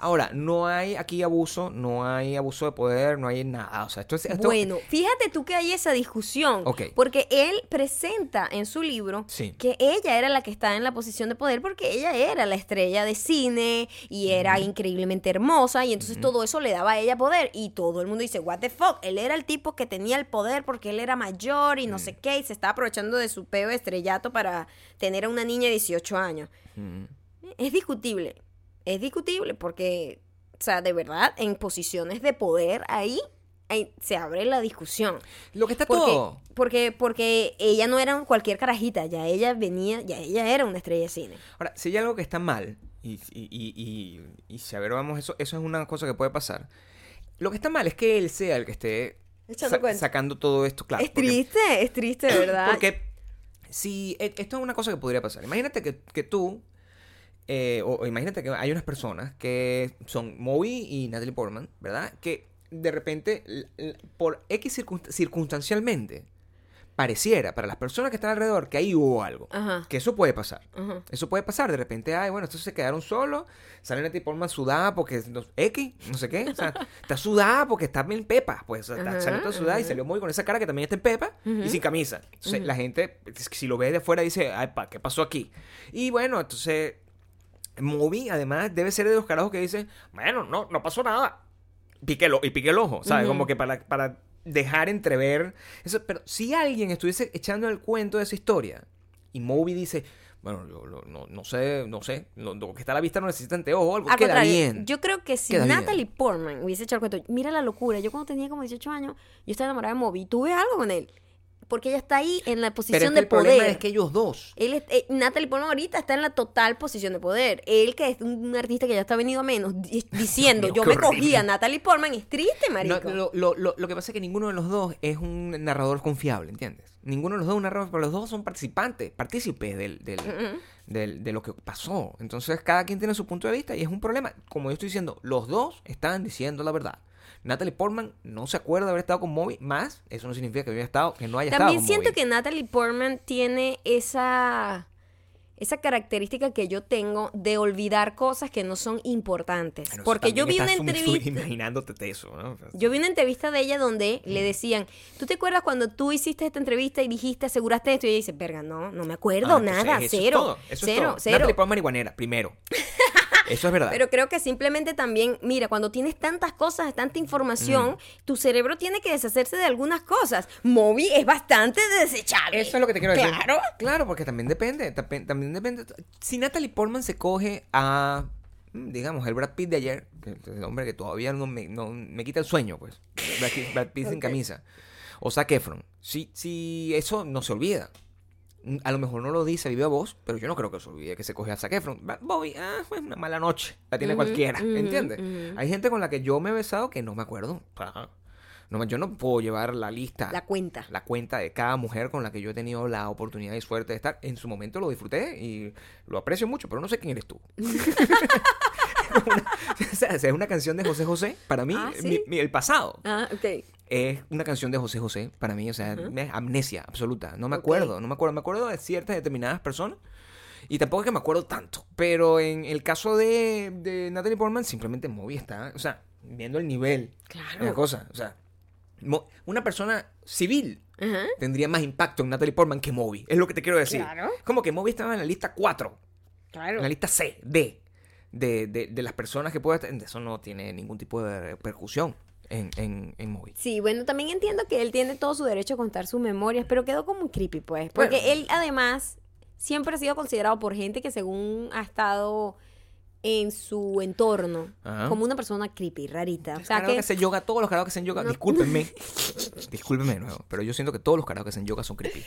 S2: Ahora, no hay aquí abuso, no hay abuso de poder, no hay nada. O sea, esto es... esto-
S1: bueno, fíjate tú que hay esa discusión.
S2: Ok.
S1: Porque él presenta en su libro
S2: Sí.
S1: que ella era la que estaba en la posición de poder porque ella era la estrella de cine y era increíblemente hermosa y entonces todo eso le daba a ella poder y todo el mundo dice, what the fuck, él era el tipo que tenía el poder porque él era mayor y no sé qué y se estaba aprovechando de su peo de estrellato para tener a una niña de 18 años.
S2: Mm.
S1: Es discutible, es discutible porque, o sea, de verdad, en posiciones de poder ahí, ahí se abre la discusión.
S2: Lo que está
S1: Porque,
S2: todo.
S1: porque, porque ella no era cualquier carajita, ya ella venía, ya ella era una estrella de cine.
S2: Ahora, si hay algo que está mal, y, y, y, y, y si averiguamos eso, eso es una cosa que puede pasar. Lo que está mal es que él sea el que esté
S1: Echando cuenta.
S2: sacando todo esto, claro.
S1: es
S2: porque-
S1: triste, es triste, de ¿verdad?
S2: Porque si e- esto es una cosa que podría pasar. Imagínate que, que tú, eh, o, o imagínate que hay unas personas que son Moby y Natalie Portman, ¿verdad? Que de repente, l- l- por X circunst- circunstancialmente, pareciera para las personas que están alrededor que ahí hubo algo.
S1: Ajá.
S2: Que eso puede pasar.
S1: Ajá.
S2: Eso puede pasar, de repente, ay, bueno, estos se quedaron solos, salen a ti por más sudada porque, no- X, no sé qué, o sea, está sudada porque está bien pepa, pues, o sea, está-
S1: Ajá,
S2: salió toda sudada y salió muy con esa cara que también está en pepa y sin camisa. Entonces, la gente, si lo ve de afuera, dice, ay, pa, ¿qué pasó aquí? Y bueno, entonces, Moby, además, debe ser de los carajos que dicen, bueno, no, no pasó nada, pique el o- y pique el ojo, ¿sabes? Como que para, para dejar entrever eso. Pero si alguien estuviese echando el cuento de esa historia y Moby dice, bueno, yo lo- no, no sé, no sé, lo, lo que está a la vista no necesita anteojo o algo,
S1: Al
S2: queda
S1: contrario,
S2: bien.
S1: Yo creo que si
S2: Queda bien.
S1: Natalie Portman hubiese hecho el cuento, mira la locura, yo cuando tenía como 18 años, yo estaba enamorada de Moby, tuve algo con él, porque ella está ahí en la
S2: Pero es
S1: posición
S2: que
S1: de
S2: el
S1: poder.
S2: problema es que ellos dos.
S1: Él es- eh, Natalie Portman ahorita está en la total posición de poder. Él, que es un, un artista que ya está venido a menos, di- diciendo,
S2: Dios
S1: yo
S2: mío, qué
S1: me
S2: horrible".
S1: cogí a Natalie Portman, es triste,
S2: no,
S1: marico.
S2: lo, lo- lo- lo que pasa es que ninguno de los dos es un narrador confiable, ¿entiendes? Ninguno de los dos es un narrador, pero los dos son participantes, partícipes del, del-
S1: Mm,
S2: del- de lo que pasó. Entonces, cada quien tiene su punto de vista y es un problema. Como yo estoy diciendo, los dos están diciendo la verdad. Natalie Portman no se acuerda de haber estado con Moby, más eso no significa que, haya estado, que no haya
S1: También
S2: estado con
S1: siento
S2: Moby.
S1: que Natalie Portman tiene esa, esa característica que yo tengo de olvidar cosas que no son importantes.
S2: Pero eso
S1: Porque yo
S2: también
S1: vi una
S2: estás sub- sub-
S1: entrevista.
S2: Imaginándote de eso, ¿no? Ah,
S1: Yo vi una entrevista de ella donde le decían, ¿tú te acuerdas cuando tú hiciste esta entrevista y dijiste, aseguraste esto? Y ella dice, verga, no, no me acuerdo
S2: Ah, entonces,
S1: nada,
S2: eso es
S1: cero,
S2: todo, eso es
S1: cero,
S2: todo.
S1: cero.
S2: Natalie Portman marihuanera, primero. Eso es verdad.
S1: Pero creo que simplemente también, mira, cuando tienes tantas cosas, tanta información,
S2: Mm.
S1: tu cerebro tiene que deshacerse de algunas cosas. Moby es bastante desechable.
S2: Eso es lo que te quiero decir.
S1: Claro.
S2: Claro, porque también depende. tape- También depende. Si Natalie Portman se coge a, mm, digamos, el Brad Pitt de ayer, que es el hombre que todavía no me, no me quita el sueño, pues. Brad Pitt, Brad Pitt sin
S1: Ok.
S2: camisa. O Zac Efron. Si, si eso no se olvida. Mm, A lo mejor no lo dice vive a voz, pero yo no creo que se olvide que se coge a Zac Efron. Va- Voy, ah, fue una mala noche. La tiene
S1: Ujú,
S2: cualquiera,
S1: ujú,
S2: ¿entiendes?
S1: ujú.
S2: Hay gente con la que yo me he besado que no me acuerdo. Ajá. No, me- yo no puedo llevar la lista,
S1: La cuenta.
S2: Ah. la cuenta de cada mujer con la que yo he tenido la oportunidad y suerte de estar. En su momento lo disfruté y lo aprecio mucho, pero no sé quién eres tú. o sea, es una canción de José José. Para mí,
S1: Ah,
S2: mi-
S1: ¿sí?
S2: mi- el pasado
S1: Ah, ok.
S2: es una canción de José José para mí, o sea, es amnesia absoluta. No me acuerdo, no me acuerdo, me acuerdo de ciertas determinadas personas y tampoco es que me acuerdo tanto. Pero en el caso de, de Natalie Portman, simplemente Moby está, o sea, viendo el nivel
S1: Claro.
S2: de la cosa, o sea, Mo- una persona civil
S1: Ajá.
S2: tendría más impacto en Natalie Portman que Moby, es lo que te quiero decir.
S1: Claro. Mm.
S2: Como que Moby estaba en la lista 4
S1: Claro.
S2: en la lista C, D, de, de, de las personas que puede... Eso no tiene ningún tipo de repercusión en, en, en Moby.
S1: Sí, bueno, también entiendo que él tiene todo su derecho a contar sus memorias, pero quedó como creepy, pues. Porque
S2: Bueno.
S1: él, además, siempre ha sido considerado por gente que, según ha estado en su entorno,
S2: Ajá.
S1: como una persona creepy, rarita. O
S2: Los
S1: sea,
S2: carajos que
S1: que,
S2: hacen yoga, todos los carajos que hacen yoga,
S1: No.
S2: discúlpenme, discúlpenme de nuevo, pero yo siento que todos los carajos que hacen yoga son creepy.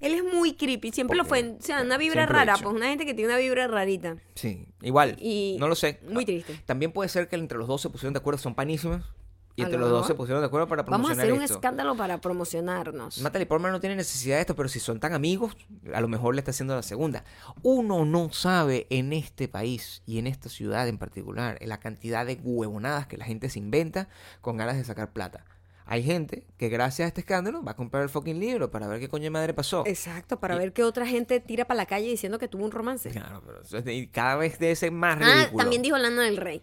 S1: él es muy creepy, siempre lo
S2: Ok.
S1: fue. O sea, una vibra
S2: Siempre lo he
S1: rara,
S2: dicho.
S1: pues una gente que tiene una vibra rarita.
S2: Sí, igual,
S1: Y-
S2: no lo sé.
S1: muy triste.
S2: También puede ser que entre los dos se pusieron de acuerdo, son panísimas, y
S1: A
S2: entre
S1: lo
S2: los dos
S1: mejor.
S2: se pusieron de acuerdo para
S1: Vamos a
S2: promocionar
S1: hacer un
S2: esto.
S1: escándalo para promocionarnos.
S2: Natalie Portman no tiene necesidad de esto, pero si son tan amigos, a lo mejor le está haciendo la segunda. Uno no sabe en este país y en esta ciudad en particular la cantidad de huevonadas que la gente se inventa con ganas de sacar plata. Hay gente que gracias a este escándalo va a comprar el fucking libro para ver qué coño de madre pasó.
S1: Exacto, para
S2: Y-
S1: ver qué otra gente tira para la calle diciendo que tuvo un romance.
S2: Claro, pero eso es de- y cada vez de ese más
S1: Ah,
S2: ridículo.
S1: también dijo Lana del Rey.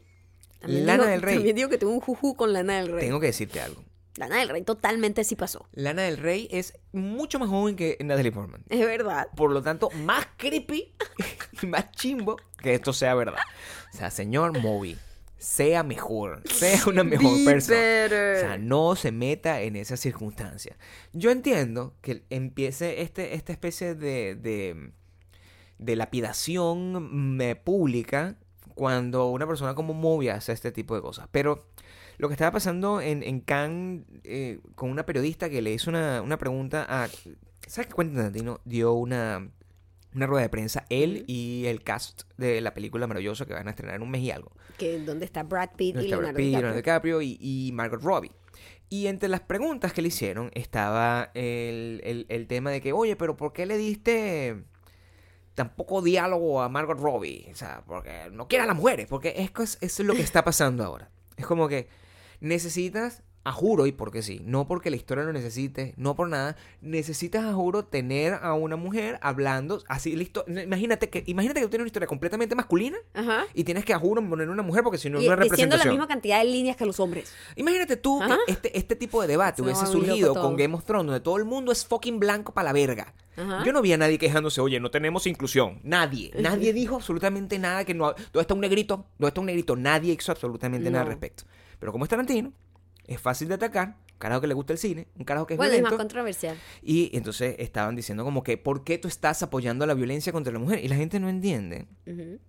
S1: También
S2: Lana
S1: dijo-
S2: del Rey.
S1: También dijo que tuvo un juju con Lana del Rey.
S2: Tengo que decirte algo.
S1: Lana del Rey totalmente sí pasó.
S2: Lana del Rey es mucho más joven que Natalie Portman.
S1: Es verdad.
S2: por lo tanto, más creepy y más chimbo que esto sea verdad. O sea, señor Moby, sea mejor, sea una mejor
S1: Be
S2: persona. O
S1: better.
S2: sea, no se meta en esas circunstancias. Yo entiendo que empiece este, esta especie de, de, de lapidación mm, eh, pública cuando una persona como Moby hace este tipo de cosas. Pero lo que estaba pasando en, en Cannes eh, con una periodista que le hizo una, una pregunta a... ¿Sabes qué Quentin Tarantino dio una, una rueda de prensa? Él y el cast de la película maravillosa que van a estrenar en un mes y algo.
S1: que donde está Brad Pitt
S2: No
S1: y
S2: está Brad
S1: Leonardo
S2: Pitt,
S1: DiCaprio.
S2: Leonardo DiCaprio y, y Margot Robbie. Y entre las preguntas que le hicieron estaba el, el- el tema de que, oye, pero ¿por qué le diste tan poco diálogo a Margot Robbie? O sea, porque no quiere a las mujeres, porque es que es, es lo que está pasando ahora. Es como que necesitas, a juro, y porque sí, no porque la historia lo necesite, no por nada, necesitas, a juro, tener a una mujer hablando así, listo. Imagínate que, imagínate que tú tienes una historia completamente masculina
S1: Ajá.
S2: y tienes que, a juro, poner una mujer porque si no,
S1: Y-
S2: no
S1: diciendo
S2: es
S1: la
S2: representación.
S1: misma cantidad de líneas que los hombres.
S2: Imagínate tú que
S1: Ajá.
S2: este, este tipo de debate
S1: Se
S2: hubiese
S1: volvió loco
S2: surgido
S1: todo.
S2: con Game of Thrones, donde todo el mundo es fucking blanco para la verga.
S1: Ajá.
S2: Yo no vi a nadie quejándose, oye, no tenemos inclusión. Nadie. Nadie dijo absolutamente nada que no. ¿Dónde está un negrito? ¿Dónde está un negrito? Nadie hizo absolutamente nada al
S1: No.
S2: respecto. Pero como es Tarantino, es fácil de atacar. Un carajo que le gusta el cine, un carajo que es
S1: Bueno, es más
S2: violento.
S1: controversial.
S2: Y entonces estaban diciendo como que, ¿por qué tú estás apoyando la violencia contra la mujer? Y la gente no entiende
S1: Ujú.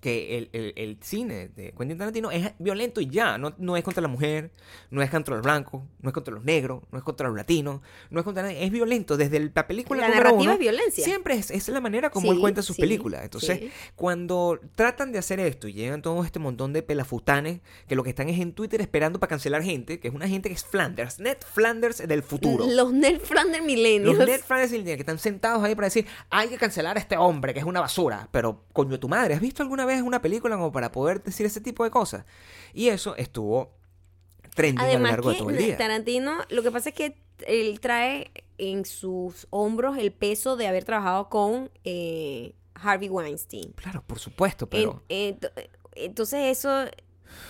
S2: que el, el- el cine de Quentin Tarantino es violento y ya, no, no es contra la mujer, no es contra los blancos, no es contra los negros, no es contra los latinos, no es contra nadie, es violento desde el- la película
S1: La
S2: número
S1: narrativa
S2: uno,
S1: es violencia.
S2: Siempre es, es la manera como
S1: Sí,
S2: él cuenta sus
S1: sí,
S2: películas. Entonces,
S1: sí.
S2: cuando tratan de hacer esto y llegan todo este montón de pelafutanes que lo que están es en Twitter esperando para cancelar gente, que es una gente que es Flanders, Ned Flanders del futuro.
S1: Los Ned Flanders
S2: Los
S1: Millennials.
S2: Ned Flanders y Lindner, que están sentados ahí para decir, hay que cancelar a este hombre, que es una basura. Pero, coño, de tu madre, ¿has visto alguna vez una película como para poder decir ese tipo de cosas? Y eso estuvo trending a lo
S1: Además
S2: largo de todo el
S1: que
S2: día.
S1: Tarantino, lo que pasa es que él trae en sus hombros el peso de haber trabajado con eh, Harvey Weinstein.
S2: Claro, por supuesto, pero...
S1: En- ento- entonces eso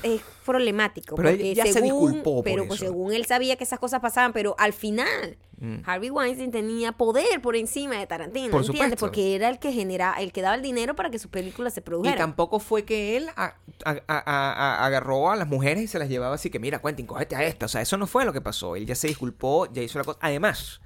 S1: es problemático.
S2: Pero él
S1: porque
S2: ya se
S1: según-
S2: disculpó por
S1: Pero pues
S2: eso.
S1: según él sabía que esas cosas pasaban, pero al final
S2: Mm.
S1: Harvey Weinstein tenía poder por encima de Tarantino,
S2: Por
S1: ¿entiendes?
S2: supuesto.
S1: Porque era el que generaba, el que daba el dinero para que sus películas se
S2: Y
S1: produjeran.
S2: tampoco fue que él a- a- a- a- a- agarró a las mujeres y se las llevaba así que, mira, Quentin, cógete a esta. O sea, eso no fue lo que pasó. Él ya se disculpó, ya hizo la cosa. Además,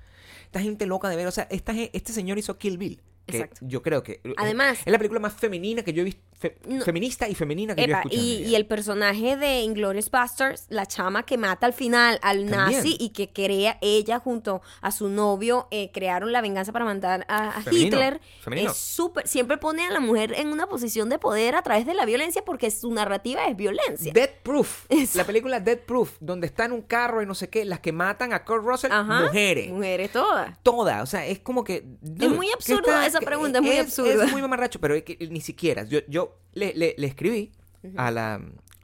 S2: esta gente loca de ver, o sea, esta, gen- este señor hizo Kill Bill. que
S1: Exacto.
S2: Yo creo que... eh,
S1: Además-
S2: Es la película más femenina que yo he visto. fe- feminista y femenina que yo
S1: Epa,
S2: escuché. en mi
S1: y,
S2: vida.
S1: y el personaje de Inglorious Bastards, la chama que mata al final al
S2: También.
S1: nazi y que crea ella junto a su novio, eh, crearon la venganza para matar a, a
S2: Femenino,
S1: Hitler.
S2: femenino.
S1: Es súper, siempre pone a la mujer en una posición de poder a través de la violencia porque su narrativa es violencia.
S2: Dead Proof, la película Dead Proof, donde está en un carro y no sé qué, las que matan a Kurt Russell,
S1: Ajá.
S2: mujeres.
S1: Mujeres todas.
S2: Toda, o sea, es como que... dude,
S1: muy
S2: ¿qué
S1: absurdo esa pregunta, es muy absurda.
S2: Es muy mamarracho, pero es que ni siquiera. Yo, yo le, le- le escribí a la...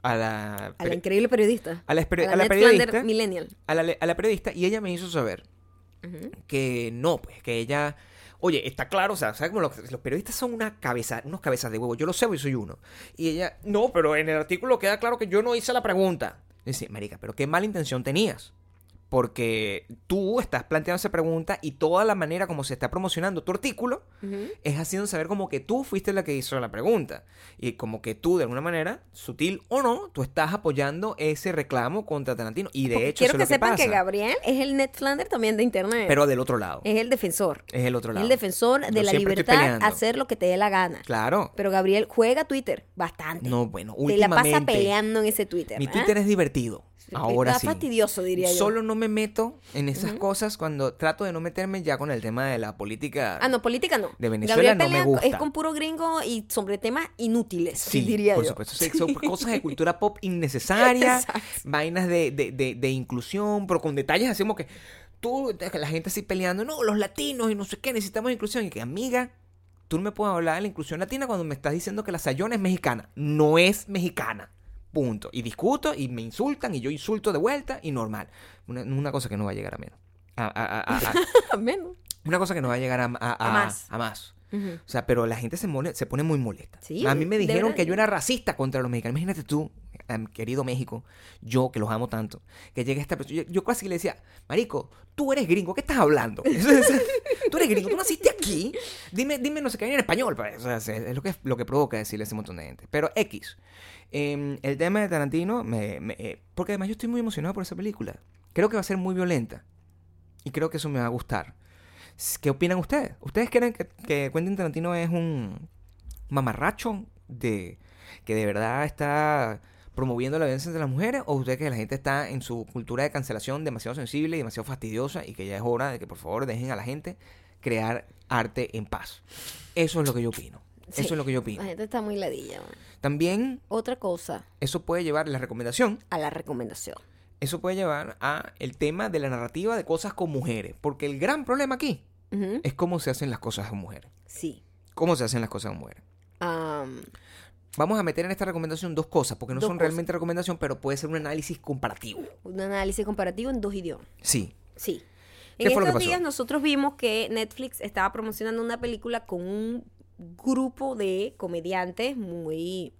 S2: A la,
S1: A la increíble periodista.
S2: a la esper-
S1: A
S2: a la
S1: Ned
S2: periodista.
S1: Flanders millennial.
S2: a la, le- a la periodista y ella me hizo saber que no, pues que ella... Oye, está claro, o sea, ¿sabes cómo los, los periodistas son una cabeza, unos cabezas de huevo? Yo lo sé, yo soy uno. Y ella, no, pero en el artículo queda claro que yo no hice la pregunta. Dice, marica, pero qué mala intención tenías. Porque tú estás planteando esa pregunta y toda la manera como se está promocionando tu artículo es haciendo saber como que tú fuiste la que hizo la pregunta. Y como que tú, de alguna manera, sutil o no, tú estás apoyando ese reclamo contra Tarantino. Y de
S1: Porque
S2: hecho,
S1: quiero
S2: eso
S1: que
S2: es lo
S1: sepan
S2: pasa.
S1: que Gabriel Eh, es el Ned Flanders también de internet.
S2: Pero del otro lado.
S1: es el defensor.
S2: Es el otro
S1: Es
S2: lado.
S1: el defensor de
S2: Yo
S1: la
S2: siempre estoy
S1: libertad
S2: peleando.
S1: hacer lo que te dé la gana.
S2: Claro.
S1: Pero Gabriel juega Twitter bastante.
S2: No, bueno,
S1: Te la
S2: últimamente.
S1: pasa peleando en ese Twitter.
S2: Mi
S1: ¿ah?
S2: Twitter es divertido. Ahora
S1: Está
S2: sí.
S1: fastidioso, diría yo.
S2: Solo no me meto en esas cosas cuando trato de no meterme ya con el tema de la política.
S1: Ah, no, política no.
S2: De Venezuela no me
S1: pelea
S2: gusta.
S1: Es con puro gringo y sobre temas inútiles,
S2: Sí,
S1: diría
S2: por
S1: yo.
S2: supuesto. Sí, Son cosas de cultura pop innecesarias,
S1: Exacto.
S2: vainas de, de- de- de inclusión, pero con detalles así como que tú, la gente así peleando, no, los latinos y no sé qué, necesitamos inclusión. Y que, amiga, tú no me puedes hablar de la inclusión latina cuando me estás diciendo que la sayona es mexicana. No es mexicana. Punto. Y discuto y me insultan y yo insulto de vuelta y normal. Una, una cosa que no va a llegar a menos. A- a- a- a- a-
S1: Menos.
S2: una cosa que no va a llegar a, a-
S1: A
S2: a-
S1: más.
S2: a más.
S1: Ujú.
S2: O sea, pero la gente se, mole- se pone muy molesta.
S1: Sí,
S2: a mí me
S1: de
S2: dijeron
S1: verdad.
S2: que yo era racista contra los mexicanos. Imagínate tú, em, querido México, yo que los amo tanto, que llega esta persona. Yo, yo casi le decía, Marico, tú eres gringo, ¿qué estás hablando? tú eres gringo, tú naciste aquí. Dime, dime, no sé qué en español. pues. O sea, es, es lo, que, lo que provoca decirle a ese montón de gente. Pero X. em, el tema de Tarantino, me, me- eh, porque además yo estoy muy emocionado por esa película. Creo que va a ser muy violenta. Y creo que eso me va a gustar. S- ¿Qué opinan ustedes? ¿Ustedes creen que, que Quentin Tarantino es un mamarracho de que de verdad está promoviendo la violencia entre las mujeres? ¿O ustedes que la gente está en su cultura de cancelación demasiado sensible y demasiado fastidiosa y que ya es hora de que por favor dejen a la gente crear arte en paz? Eso es lo que yo opino.
S1: Sí.
S2: Eso es lo que yo
S1: La
S2: opino.
S1: gente está muy ladilla. man.
S2: También
S1: Otra cosa
S2: eso puede llevar la recomendación
S1: a la recomendación.
S2: eso puede llevar a el tema de la narrativa de cosas con mujeres. Porque el gran problema aquí
S1: Ujú.
S2: es cómo se hacen las cosas con mujeres.
S1: Sí.
S2: ¿Cómo se hacen las cosas con mujeres?
S1: Am,
S2: Vamos a meter en esta recomendación dos cosas, porque no
S1: Dos
S2: son
S1: cosas.
S2: realmente recomendación, pero puede ser un análisis comparativo.
S1: un análisis comparativo en dos idiomas.
S2: Sí.
S1: Sí.
S2: ¿Qué
S1: En
S2: fue lo que
S1: estos
S2: pasó?
S1: días nosotros vimos que Netflix estaba promocionando una película con un grupo de comediantes muy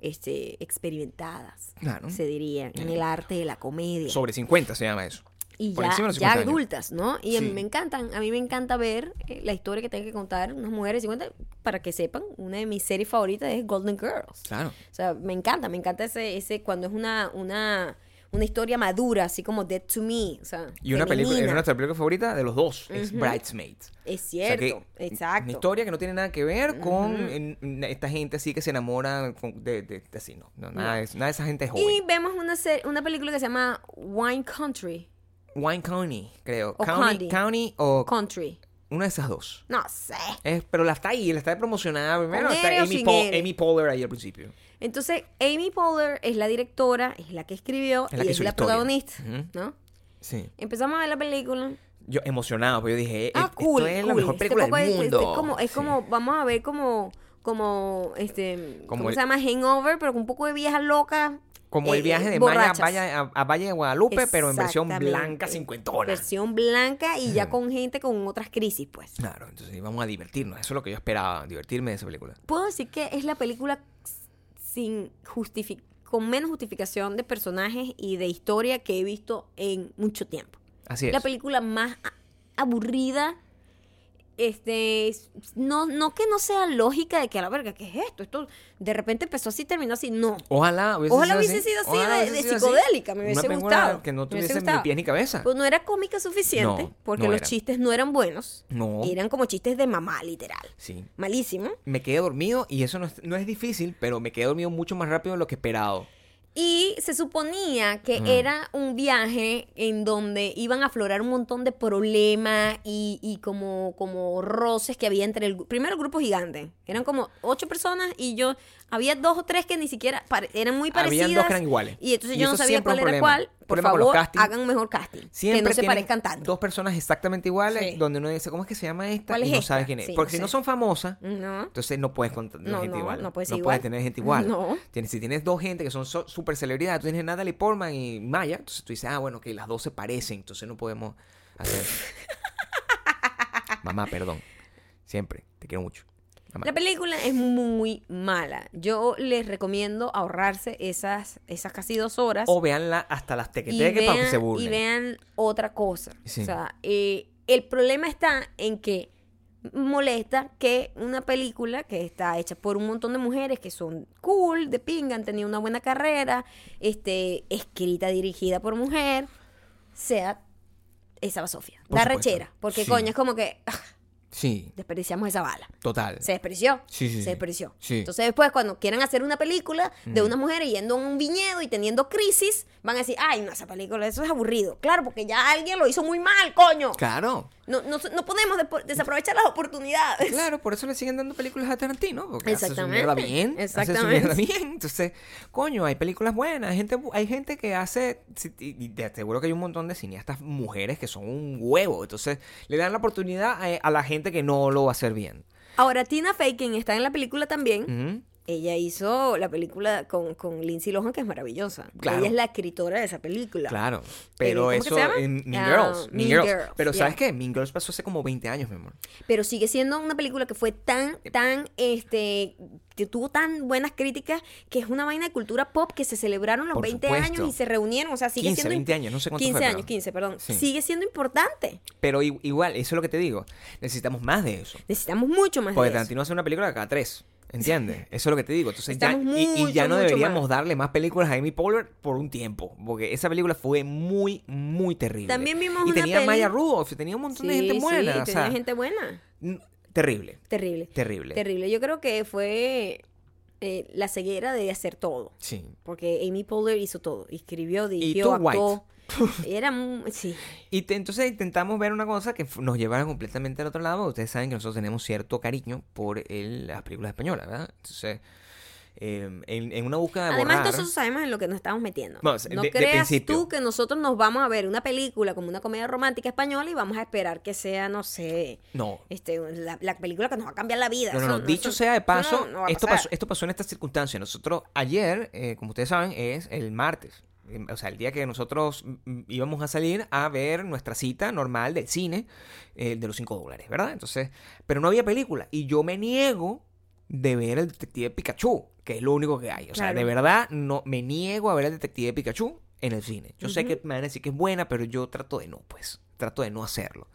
S1: este, experimentadas,
S2: Claro.
S1: se dirían, en el arte de la comedia.
S2: Sobre 50 se llama eso.
S1: y
S2: por
S1: ya,
S2: encima de los
S1: ya
S2: 50 años.
S1: adultas, ¿no? Y a mí
S2: Sí.
S1: me encantan, a mí me encanta ver eh, la historia que tengan que contar unas mujeres de 50, para que sepan, una de mis series favoritas es Golden Girls.
S2: Claro.
S1: O sea, me encanta, me encanta ese, ese cuando es una, una, una historia madura, así como Dead to Me. O sea,
S2: Y una película,
S1: femenina.
S2: una de nuestras películas favoritas de los dos es Bridesmaids.
S1: Es
S2: O sea
S1: cierto,
S2: que Una
S1: exacto.
S2: historia que no tiene nada que ver con en- en esta gente así que se enamora con- de, de- de- así, no. no, nada, de eso, nada de esa gente es
S1: Y
S2: joven.
S1: vemos una, se- una película que se llama Wine Country.
S2: Wine County, creo.
S1: O County.
S2: County, County o
S1: Country.
S2: una de esas dos.
S1: No sé.
S2: Es- pero la está ahí, la está promocionada primero.
S1: ¿Con
S2: Está
S1: L o
S2: Amy,
S1: sin
S2: Pol-
S1: L?
S2: Amy Poehler ahí al principio.
S1: Entonces, Amy Poehler es la directora, es la que escribió
S2: Es la
S1: y
S2: que
S1: es
S2: hizo
S1: la
S2: la historia.
S1: protagonista,
S2: Ujú.
S1: ¿no?
S2: Sí.
S1: Empezamos a ver la película.
S2: Yo emocionado, porque yo dije, "Eh,
S1: Ah,
S2: esto
S1: cool.
S2: es la
S1: cool.
S2: mejor
S1: Este
S2: película
S1: poco
S2: del
S1: es- este
S2: mundo.
S1: es como, es
S2: Sí.
S1: como, vamos a ver como, como, este,
S2: Como
S1: ¿cómo
S2: el-
S1: se llama? Hangover, pero con un poco de vieja loca.
S2: Como el
S1: eh,
S2: viaje de Maya
S1: borrachas.
S2: a, Valle- a- a Valle de Guadalupe, pero en versión
S1: Exactamente.
S2: blanca cincuentona.
S1: Versión blanca y ya con gente con otras crisis, pues.
S2: Claro, entonces vamos a divertirnos. Eso es lo que yo esperaba, divertirme de esa película.
S1: Puedo decir que es la película sin justifi- con menos justificación de personajes y de historia que he visto en mucho tiempo.
S2: Así es.
S1: La película más a- aburrida este, no, no que no sea lógica de que a la verga, ¿qué es esto? Esto de repente empezó así y terminó así. No.
S2: Ojalá hubiese
S1: Ojalá
S2: sido
S1: hubiese
S2: así.
S1: sido así
S2: Ojalá
S1: de,
S2: hubiese
S1: de
S2: sido así.
S1: psicodélica, me hubiese
S2: Una película
S1: gustado.
S2: que no
S1: me hubiese
S2: tuviese ni
S1: gustado.
S2: pies ni cabeza.
S1: Pues no era cómica suficiente,
S2: Ah. No,
S1: porque
S2: no
S1: los
S2: era.
S1: chistes no eran buenos.
S2: No.
S1: Eran como chistes de mamá, literal.
S2: Sí.
S1: Malísimo.
S2: Me quedé dormido y eso no es, no es difícil, pero me quedé dormido mucho más rápido de lo que esperado.
S1: Y se suponía que era un viaje en donde iban a aflorar un montón de problemas y, y como, como roces que había entre el gru- primero el grupo gigante. Eran como ocho personas y yo había dos o tres que ni siquiera pare- eran muy parecidas.
S2: Habían dos que eran iguales.
S1: Y entonces
S2: Y
S1: yo no
S2: eso
S1: sabía
S2: siempre
S1: cuál
S2: es un
S1: era
S2: problema.
S1: cuál. Por
S2: Problema con los
S1: favor,
S2: castings.
S1: hagan un mejor casting.
S2: Siempre
S1: que no se
S2: tienen
S1: parezcan tanto.
S2: Dos personas exactamente iguales,
S1: Sí.
S2: donde uno dice, ¿cómo es que se llama esta?
S1: ¿Cuál
S2: y
S1: es
S2: no
S1: esta?
S2: sabes quién es.
S1: Sí, no
S2: Porque si no
S1: sé.
S2: son famosas,
S1: No.
S2: entonces no puedes contar
S1: No,
S2: gente
S1: no,
S2: igual.
S1: no puede ser igual.
S2: tener gente igual.
S1: No.
S2: Tienes- si tienes dos gente que son so- super celebridades, tú tienes Natalie Portman y Maya, entonces tú dices, ah, bueno, que las dos se parecen, entonces no podemos hacer. Mamá, perdón. Siempre, te quiero mucho. Mamá.
S1: La película es muy mala. Yo les recomiendo ahorrarse esas, esas casi dos horas.
S2: O veanla hasta las
S1: y
S2: tequeteques para que se
S1: vean,
S2: burlen.
S1: y vean otra cosa.
S2: Sí.
S1: O sea, eh, el problema está en que molesta que una película que está hecha por un montón de mujeres que son cool, de pinga, han tenido una buena carrera, este, escrita, dirigida por mujer, sea esa basofia.
S2: Por
S1: Da
S2: supuesto.
S1: rechera. Porque
S2: Sí.
S1: coño, es como que ah,
S2: Sí,
S1: desperdiciamos esa bala
S2: total.
S1: se despreció.
S2: Sí, sí, sí.
S1: se despreció.
S2: Sí.
S1: Entonces después cuando quieran hacer una película de unas mujeres yendo a un viñedo y teniendo crisis, van a decir, ay, no, esa película, eso es aburrido. Claro, porque ya alguien lo hizo muy mal, coño.
S2: Claro.
S1: No, no, no podemos despo- desaprovechar las oportunidades.
S2: Claro, por eso le siguen dando películas a Tarantino, porque hace su
S1: Exactamente,
S2: mierda bien, hace su
S1: exactamente.
S2: mierda bien. Entonces, coño, hay películas buenas, hay gente, bu- hay gente que hace, si- y y te aseguro que hay un montón de cineastas mujeres que son un huevo, entonces le dan la oportunidad a, a la gente que no lo va a hacer bien.
S1: Ahora, Tina Fey, quien está en la película también,
S2: Ujú.
S1: ella hizo la película con, con Lindsay Lohan, que es maravillosa.
S2: Claro.
S1: Ella es la escritora de esa película.
S2: Claro, pero
S1: ¿cómo que se
S2: eso,
S1: llama?
S2: en Mean
S1: Ah,
S2: Girls,
S1: Mean
S2: Mean Girls.
S1: Girls,
S2: Pero
S1: yeah.
S2: ¿sabes qué? Mean Girls pasó hace como 20 años, mi amor.
S1: Pero sigue siendo una película que fue tan,
S2: Em,
S1: tan, este, que tuvo tan buenas críticas, que es una vaina de cultura pop que se celebraron los
S2: Por
S1: 20
S2: supuesto.
S1: años y se reunieron. O sea, sigue
S2: 15,
S1: siendo.
S2: 20 años, no sé cuánto
S1: 15
S2: fue, pero-
S1: años, 15, perdón.
S2: Sí.
S1: Sigue siendo importante.
S2: Pero i- igual, eso es lo que te digo, necesitamos más de eso.
S1: Necesitamos mucho más
S2: Porque
S1: de eso.
S2: Tarantino hace una película cada tres. ¿Entiendes? Eso es lo que te digo. Entonces ya,
S1: Estamos
S2: y, y ya
S1: mucho,
S2: no
S1: mucho
S2: deberíamos
S1: más.
S2: darle más películas a Amy Poehler por un tiempo. Porque esa película fue muy, muy terrible.
S1: También vimos
S2: Y
S1: una
S2: tenía a
S1: peli-
S2: Maya Rudolph, tenía un montón de
S1: Sí,
S2: gente
S1: sí,
S2: buena. o
S1: tenía
S2: sea,
S1: gente buena.
S2: n- Terrible.
S1: Terrible.
S2: Terrible.
S1: Terrible. Yo creo que fue eh, la ceguera de hacer todo.
S2: Sí.
S1: Porque Amy Poehler hizo todo. Escribió,
S2: tú,
S1: dirigió, actuó. Era muy... Sí.
S2: Y te- entonces intentamos ver una cosa que f- nos llevara completamente al otro lado. Ustedes saben que nosotros tenemos cierto cariño por el- las películas españolas, ¿verdad? Entonces, eh, en, en una búsqueda de
S1: Además,
S2: borrar-
S1: nosotros sabemos en lo que nos estamos metiendo.
S2: No,
S1: No,
S2: de- de
S1: creas
S2: principio.
S1: tú que nosotros nos vamos a ver una película como una comedia romántica española y vamos a esperar que sea, no sé,
S2: No,
S1: este, la, la película que nos va a cambiar la vida.
S2: No, no,
S1: Eso-
S2: no. Dicho
S1: eso-
S2: sea de
S1: eso no-
S2: paso,
S1: no va a
S2: esto,
S1: pasar.
S2: pasó, eh. esto pasó en esta circunstancia. Nosotros ayer, eh, como ustedes saben, es el martes. Eh, O sea, el día que nosotros mm, íbamos a salir a ver nuestra cita normal del cine eh, de los 5 dólares, ¿verdad? Entonces, pero no había película. Y yo me niego de ver el detective Pikachu, que es lo único que hay. O sea,
S1: Claro.
S2: de verdad, no me niego a ver el detective Pikachu en el cine. Yo sé que me van a decir que es buena, pero yo trato de no, pues. Trato de no hacerlo.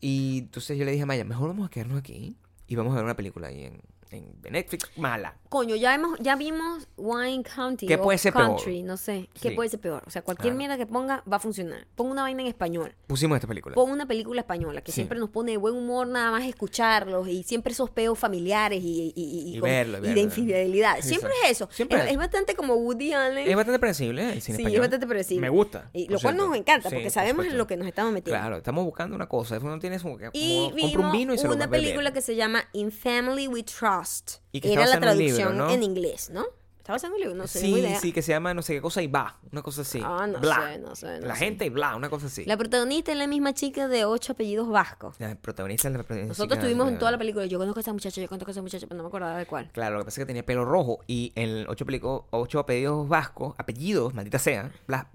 S2: Y entonces yo le dije a Maya, mejor vamos a quedarnos aquí y vamos a ver una película ahí en, en- de Netflix mala.
S1: Coño, ya, hemos, ya vimos Wine County.
S2: ¿Qué
S1: o
S2: puede ser peor?
S1: Country, no sé. ¿Qué
S2: Sí.
S1: puede ser peor? O sea, cualquier
S2: Claro.
S1: mierda que ponga va a funcionar. Ponga una vaina en español.
S2: Pusimos esta película.
S1: Pon una película española que
S2: Sí.
S1: siempre nos pone de buen humor nada más escucharlos y siempre esos peos familiares y, y, y,
S2: Y verlo, y
S1: y de
S2: verlo.
S1: infidelidad. Siempre
S2: Exacto.
S1: es eso.
S2: Siempre
S1: es,
S2: es eso.
S1: es bastante como Woody Allen.
S2: es bastante predecible ¿eh? el cine
S1: sí,
S2: español.
S1: es bastante predecible.
S2: Me gusta.
S1: Y
S2: por
S1: lo cual
S2: cierto.
S1: nos encanta
S2: Sí,
S1: porque
S2: por
S1: sabemos en
S2: supuesto.
S1: lo que nos estamos metiendo.
S2: Claro, estamos buscando una cosa. Eso no tienes como que.
S1: Y
S2: como- compra un
S1: vimos
S2: vino y se lo
S1: una
S2: vas a beber.
S1: película que se llama In Family We Trust.
S2: Y que
S1: Era
S2: está
S1: la
S2: basada en un libro,
S1: traducción
S2: ¿no?
S1: en inglés, ¿no? Estaba haciendo un libro, no sé,
S2: sí,
S1: muy idea.
S2: sí, que se llama no sé qué cosa y va. Una cosa así.
S1: Ah, no
S2: Bla.
S1: sé, no sé, no
S2: la
S1: sé.
S2: gente y bla, una cosa así.
S1: La protagonista es la misma chica de ocho apellidos vascos.
S2: La protagonista la protagonista.
S1: Nosotros estuvimos en toda la película, yo conozco a esa muchacha, yo conozco a esa muchacha, pero no me acordaba de cuál.
S2: Claro, lo que pasa es que tenía pelo rojo y en ocho, pelico- ocho apellidos vascos, apellidos, maldita sea, bla,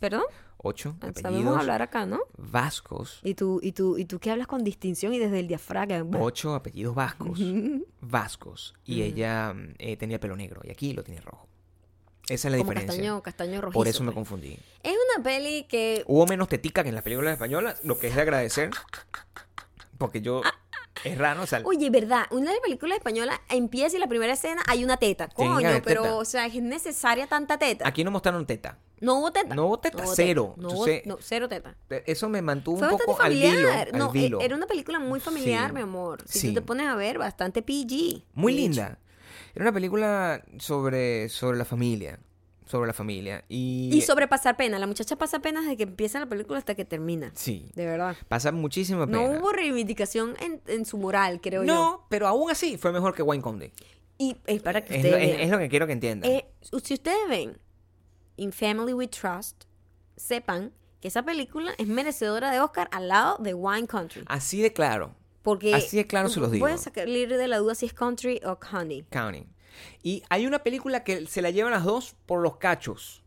S1: ¿Perdón?
S2: ocho
S1: Sabemos
S2: apellidos
S1: hablar acá, ¿no?
S2: vascos
S1: Y tú, y tú, y tú que hablas con distinción y desde el diafragma.
S2: ocho apellidos vascos. vascos. Y ella mm, eh, tenía pelo negro y aquí lo tiene rojo. Esa es la
S1: como
S2: diferencia.
S1: castaño, castaño rojizo.
S2: Por eso me
S1: pues.
S2: confundí.
S1: Es una peli que
S2: Hubo menos tetica que en las películas españolas, lo que es de agradecer. Porque yo.
S1: Ah,
S2: Es raro, o sea.
S1: Oye, verdad, una de las películas españolas empieza y la primera escena hay una teta.
S2: Tiene que
S1: Coño,
S2: haber
S1: pero,
S2: teta.
S1: o sea, es necesaria tanta teta.
S2: Aquí no mostraron teta.
S1: No hubo teta.
S2: No hubo teta, cero.
S1: No,
S2: Entonces-
S1: hubo- no, cero teta.
S2: E, Eso me mantuvo
S1: Fue
S2: un
S1: bastante
S2: poco al hilo.
S1: familiar.
S2: al
S1: no, e-
S2: hilo.
S1: era una película muy familiar,
S2: Sí.
S1: mi amor. Si
S2: Sí.
S1: tú te pones a ver, bastante PG.
S2: Muy
S1: de hecho.
S2: linda. Era una película sobre, sobre la familia. Sobre la familia. Y,
S1: Y sobre pasar pena. La muchacha pasa pena desde que empieza la película hasta que termina.
S2: Sí.
S1: De verdad.
S2: Pasa muchísima pena.
S1: No hubo reivindicación en, en su moral, creo yo.
S2: No, pero aún así fue mejor que Wayne Conde.
S1: Y es para que
S2: Es
S1: ustedes
S2: lo, es-
S1: vean.
S2: es lo que quiero que entiendan.
S1: Eh, si ustedes ven In Family We Trust, sepan que esa película es merecedora de Oscar al lado de Wine Country.
S2: así de claro.
S1: Porque
S2: Ah, así de claro se los digo.
S1: Pueden salir de la duda si es country o honey.
S2: County. Y hay una película que se la llevan las dos por los cachos.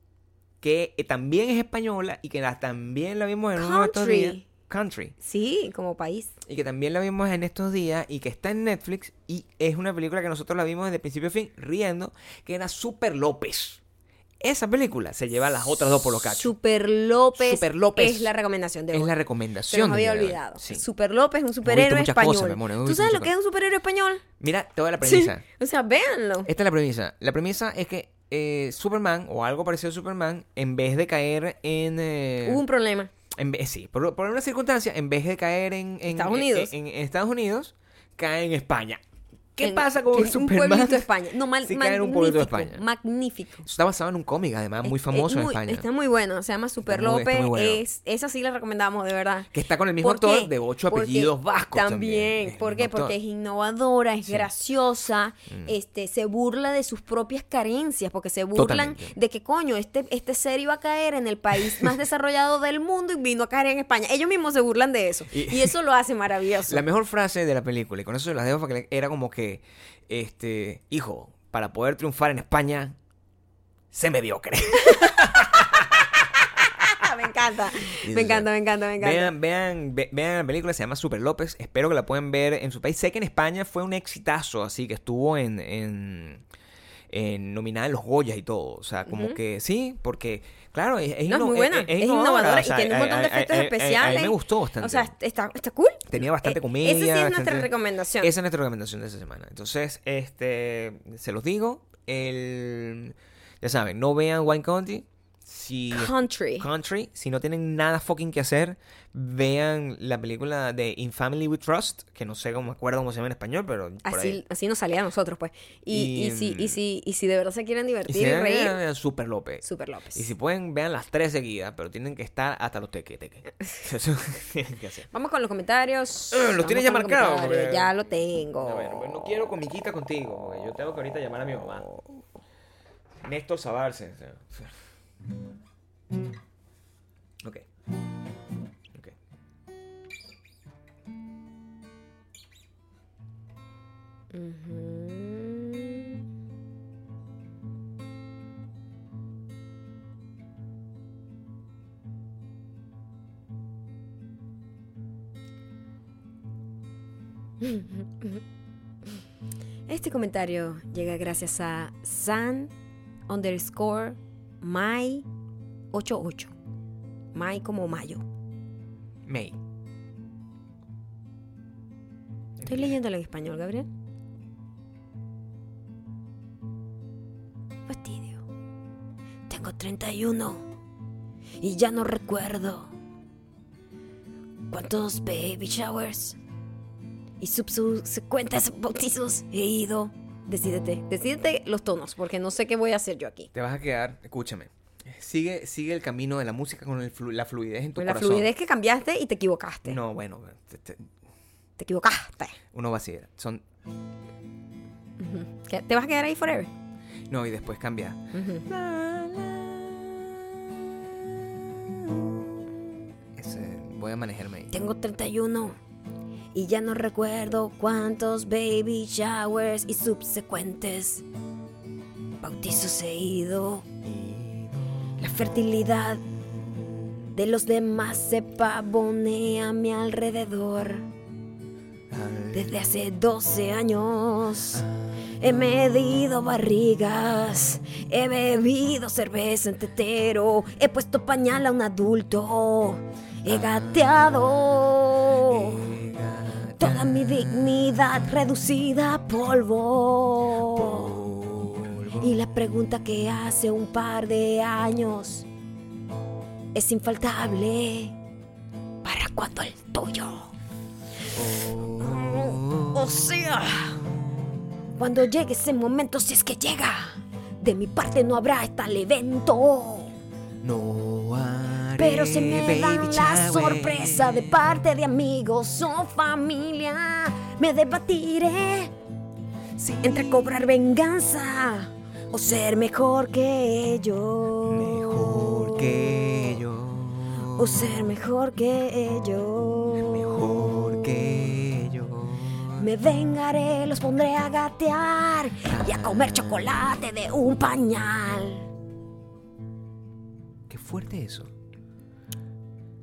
S2: Que eh, también es española y que la- también la vimos en uno de estos
S1: Country.
S2: días. Country.
S1: Sí, como país.
S2: Y que también la vimos en estos días y que está en Netflix. Y es una película que nosotros la vimos desde principio a fin riendo. Que era Super López. Esa película se lleva a las otras dos por los cachos.
S1: Super López,
S2: Super López.
S1: es la recomendación de
S2: es
S1: hoy.
S2: la
S1: Se
S2: recomendación.
S1: nos
S2: del
S1: había
S2: día de hoy.
S1: olvidado.
S2: Sí.
S1: Super López es un superhéroe
S2: muchas cosas,
S1: español.
S2: mi amor, hemos
S1: ¿Tú
S2: visto
S1: sabes lo
S2: muchas
S1: que es un superhéroe español?
S2: Mira, te voy a la
S1: Sí.
S2: premisa.
S1: O sea, véanlo.
S2: Esta es la premisa. La premisa es que eh, Superman o algo parecido a Superman, en vez de caer en. eh,
S1: Hubo un problema.
S2: en vez- sí, por, por una circunstancia, en vez de caer en, en-
S1: Estados
S2: en-
S1: Unidos.
S2: en- en Estados Unidos, cae en España. ¿Qué
S1: En-
S2: pasa con
S1: en Un
S2: Superman?
S1: pueblito de España. No, mal,
S2: Sí, cae en
S1: magnífico.
S2: un pueblito de España.
S1: Magnífico.
S2: Está basado en un cómic, además, muy
S1: Es- es
S2: famoso en
S1: muy-
S2: España.
S1: Está muy bueno, se llama Super
S2: Está muy- está
S1: López.
S2: muy bueno.
S1: es, esa sí la recomendamos, de verdad.
S2: Que está con el mismo
S1: ¿Por
S2: actor
S1: qué?
S2: de ocho
S1: Porque-
S2: apellidos vascos también.
S1: También.
S2: El
S1: ¿Por
S2: mismo
S1: qué?
S2: actor.
S1: Porque es innovadora, es
S2: Sí. Mm.
S1: graciosa, este, se burla de sus propias carencias, porque se burlan
S2: Totalmente.
S1: de que, coño, este, este ser iba a caer en el país más desarrollado del mundo y vino a caer en España. Ellos mismos se burlan de eso.
S2: Y-
S1: Y, eso lo hace maravilloso.
S2: La mejor frase de la película, y con eso se las dejo, porque era como que, este, hijo, para poder triunfar en España, sé mediocre.
S1: me encanta.
S2: Sí,
S1: Me
S2: sí,
S1: encanta,
S2: sí.
S1: me encanta, me encanta.
S2: Vean, vean, ve- vean la película, se llama Super López. Espero que la puedan ver en su país. Sé que en España fue un exitazo, así que estuvo en, en, en nominada en los Goya y todo. O sea, como que sí, porque, claro, es, es
S1: No, es
S2: inno-
S1: muy buena, es, innovadora
S2: o sea,
S1: y tiene un montón de
S2: a- a-
S1: efectos
S2: a- a-
S1: especiales.
S2: A, mí me gustó bastante.
S1: O sea, está, está cool.
S2: Tenía bastante
S1: Eh,
S2: comedia.
S1: Esa sí es nuestra
S2: bastante-
S1: recomendación.
S2: Esa es nuestra recomendación de esta semana. Entonces, este, se los digo, el, ya saben, no vean Wine County. Si
S1: Country.
S2: Country. Si no tienen nada fucking que hacer, vean la película de In Family We Trust, que no sé cómo me acuerdo cómo se llama en español, pero por
S1: Así,
S2: ahí.
S1: así nos salía a nosotros, pues. Y,
S2: Y,
S1: y, si,
S2: mm,
S1: y, si, y si de verdad se quieren
S2: Y
S1: divertir
S2: si
S1: y
S2: vean-
S1: reír,
S2: vean Super López.
S1: Super López.
S2: Y si pueden, vean las tres seguidas, pero tienen que estar hasta los teque teque. Eso tienen que hacer.
S1: Vamos con los comentarios.
S2: Eh, los
S1: Vamos
S2: tienes ya
S1: con los
S2: marcados,
S1: comentarios,
S2: porque-
S1: Ya lo tengo.
S2: A ver, pues no quiero comiquita contigo, porque yo tengo que ahorita llamar a mi mamá. Néstor Sabarce. o sea. Ok. Ok.
S1: Ujú. Este comentario llega gracias a San underscore May 88. May como mayo.
S2: May.
S1: Estoy leyéndolo en español, Gabriel. Fastidio. Tengo 31 y ya no recuerdo cuántos baby showers y subsecuentes bautizos he ido. Decídete, decídete los tonos, porque no sé qué voy a hacer yo aquí.
S2: Te vas a quedar, escúchame. Sigue, sigue el camino de la música con el flu- la fluidez en tu
S1: Con la
S2: corazón.
S1: fluidez que cambiaste y te equivocaste.
S2: No, bueno, te- te-
S1: Te equivocaste.
S2: uno va así. Son,
S1: Ujú. ¿Qué- ¿Te vas a quedar ahí forever?
S2: no, y después cambia.
S1: Ujú.
S2: Ese- voy a manejarme ahí.
S1: Tengo 31 y ya no recuerdo cuántos baby showers y subsecuentes bautizos he ido. La fertilidad de los demás se pavonea a mi alrededor. Desde hace 12 años he medido barrigas, he bebido cerveza en tetero, he puesto pañal a un adulto, he gateado. Toda mi dignidad reducida a polvo. Y la pregunta que hace un par de años es infaltable. ¿Para cuándo el tuyo? O sea, cuando llegue ese momento, si es que llega, de mi parte no habrá hasta el evento.
S2: No haré
S1: Pero se me da
S2: baby
S1: la
S2: shower.
S1: sorpresa de parte de amigos o familia. Me debatiré
S2: Sí.
S1: entre cobrar venganza o ser mejor que ellos.
S2: Mejor que yo.
S1: O ser mejor que ellos.
S2: Mejor que yo.
S1: Me vengaré, los pondré a gatear y a comer chocolate de un pañal.
S2: Qué fuerte eso.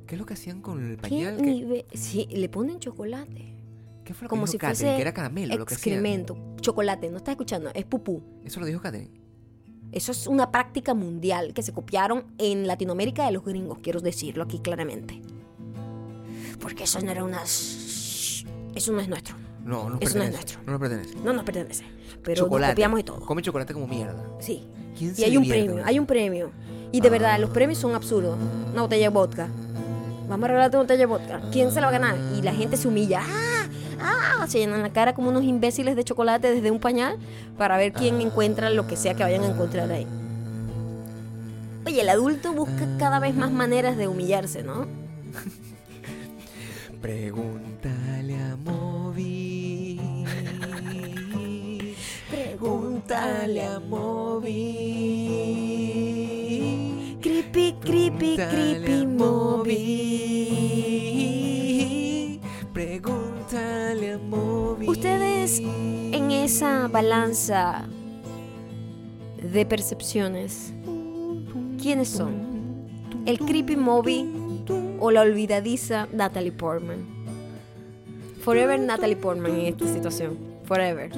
S2: ¿Qué es lo que hacían con el
S1: ¿Qué
S2: pañal? ¿Qué,
S1: nivel? Sí, le ponen chocolate.
S2: qué fue lo que
S1: Como
S2: dijo
S1: si
S2: Katherine?
S1: fuese
S2: Que era caramelo lo que hacían.
S1: excremento. Chocolate, no estás escuchando, es pupú.
S2: Eso lo dijo Katherine.
S1: Eso es una práctica mundial que se copiaron en Latinoamérica de los gringos, quiero decirlo aquí claramente. Porque eso no era una... Eso no es nuestro.
S2: No, no nos
S1: Eso no es
S2: pertenece.
S1: nuestro.
S2: no nos pertenece.
S1: No nos pertenece. Pero
S2: chocolate.
S1: nos copiamos de todo.
S2: Come chocolate como mierda.
S1: Sí.
S2: ¿Quién
S1: Y
S2: se
S1: hay un
S2: divierte?
S1: premio, hay un premio. Y de verdad,
S2: Ah.
S1: los premios son absurdos. Una botella de vodka. Vamos a regalarte una botella de vodka. ¿Quién se la va a ganar? Y la gente se humilla. ¡Ah! ¡Ah! Se llenan la cara como unos imbéciles de chocolate desde un pañal para ver quién encuentra lo que sea que vayan a encontrar ahí. Oye, el adulto busca cada vez más maneras de humillarse, ¿no?
S2: Pregúntale a Moby. Pregúntale a Moby.
S1: Creepy, creepy, creepy movie.
S2: Moby. Pregúntale a Moby.
S1: Ustedes en esa balanza de percepciones, ¿quiénes son? ¿El creepy Moby o la olvidadiza Natalie Portman? Forever Natalie Portman en esta situación. Forever.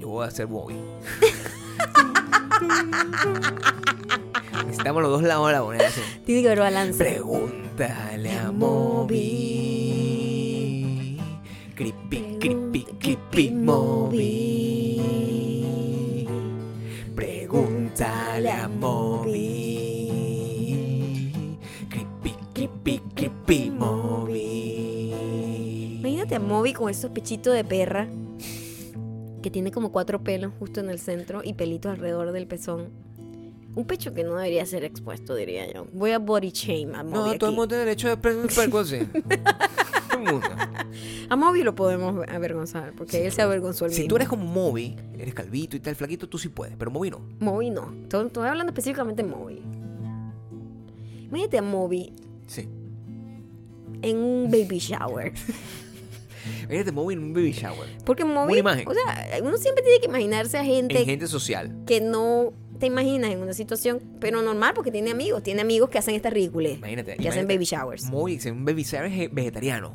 S2: Yo voy a ser Moby. Necesitamos los dos lados de la moneda. sí.
S1: Tiene que haber balance.
S2: Pregúntale a Moby. Creepy, creepy, creepy Moby. Pregúntale a Moby. Creepy, creepy, creepy Moby.
S1: Imagínate a Moby con esos pechitos de perra que tiene como cuatro pelos justo en el centro y pelitos alrededor del pezón. Un pecho que no debería ser expuesto, diría yo. Voy a body shame a Moby.
S2: No, todo el
S1: aquí.
S2: mundo tiene derecho de preguntar cosas. Todo el mundo.
S1: A Moby lo podemos avergonzar, porque él se avergonzó el
S2: Si tú eres como Moby, eres calvito y tal, flaquito, tú sí puedes, pero Moby no.
S1: Moby no. Estoy, estoy hablando específicamente de Moby. Imagínate a Moby
S2: Sí.
S1: en un baby shower.
S2: Eres de Moby en un baby shower.
S1: Porque Moby...
S2: Buena imagen.
S1: O sea, uno siempre tiene que imaginarse a gente,
S2: En gente social.
S1: que no te imaginas en una situación, pero normal, porque tiene amigos. Tiene amigos que hacen estas ridículas.
S2: Imagínate.
S1: Que hacen
S2: imagínate,
S1: baby showers.
S2: Moby, si un baby shower es vegetariano.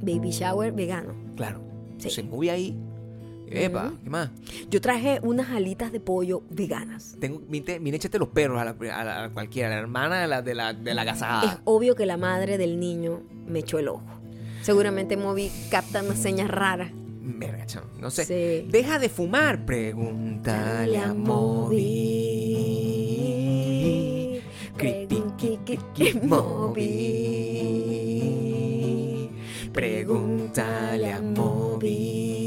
S1: Baby shower vegano.
S2: Claro.
S1: Sí.
S2: Se mueve ahí. Epa, ¿qué más?
S1: Yo traje unas alitas de pollo veganas.
S2: Tengo, mire, mire, échate los perros a, la, a la- a cualquiera, a la hermana de la, de la, de la
S1: Es
S2: gasajada.
S1: obvio que la madre del niño me echó el ojo. Seguramente Moby capta unas señas raras.
S2: Verga, chamo, no sé.
S1: Sí.
S2: Deja de fumar. Pregúntale a Moby. Creepy, creepy, Moby. Pregúntale a Moby.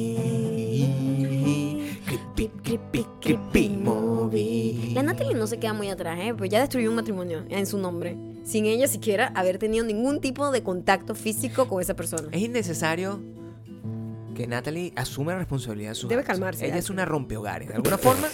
S2: Creepy, creepy, creepy, Moby.
S1: La Natalie no se queda muy atrás, ¿eh? Pues ya destruyó un matrimonio en su nombre. Sin ella siquiera haber tenido ningún tipo de contacto físico con esa persona.
S2: Es innecesario que Natalie asuma la responsabilidad de sus
S1: Debe
S2: actos.
S1: calmarse,
S2: Ella
S1: Natalie.
S2: es una rompehogares. De alguna forma.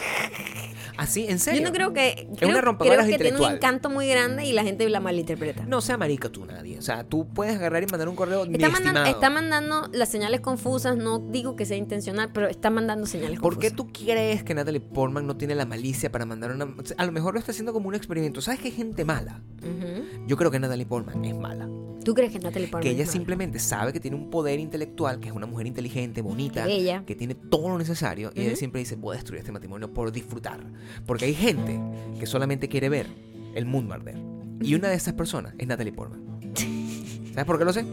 S2: Así, en serio.
S1: Yo no creo que. Creo,
S2: una
S1: creo
S2: rompehogaras
S1: que tiene un
S2: intelectual.
S1: encanto muy grande y la gente la malinterpreta.
S2: No sea marica tú nadie. O sea, tú puedes agarrar y mandar un correo. mi
S1: Está mandando,
S2: estimado.
S1: está mandando las señales confusas, no digo que sea intencional, pero está mandando señales
S2: ¿Por qué
S1: confusas.
S2: tú crees que Natalie Portman no tiene la malicia para mandar una... o sea, A lo mejor lo está haciendo como un experimento. ¿Sabes que hay gente mala?
S1: Ujú.
S2: Yo creo que Natalie Portman es mala.
S1: ¿Tú crees que Natalie Portman
S2: que ella
S1: es mala?
S2: simplemente sabe que tiene un poder intelectual, que es una mujer inteligente, bonita,
S1: Bella.
S2: que tiene todo lo necesario. Y ella
S1: Ujú.
S2: siempre dice, voy a destruir este matrimonio por disfrutar. Porque hay gente que solamente quiere ver el mundo arder. Y una de esas personas es Natalie Portman. ¿Sabes por qué lo sé?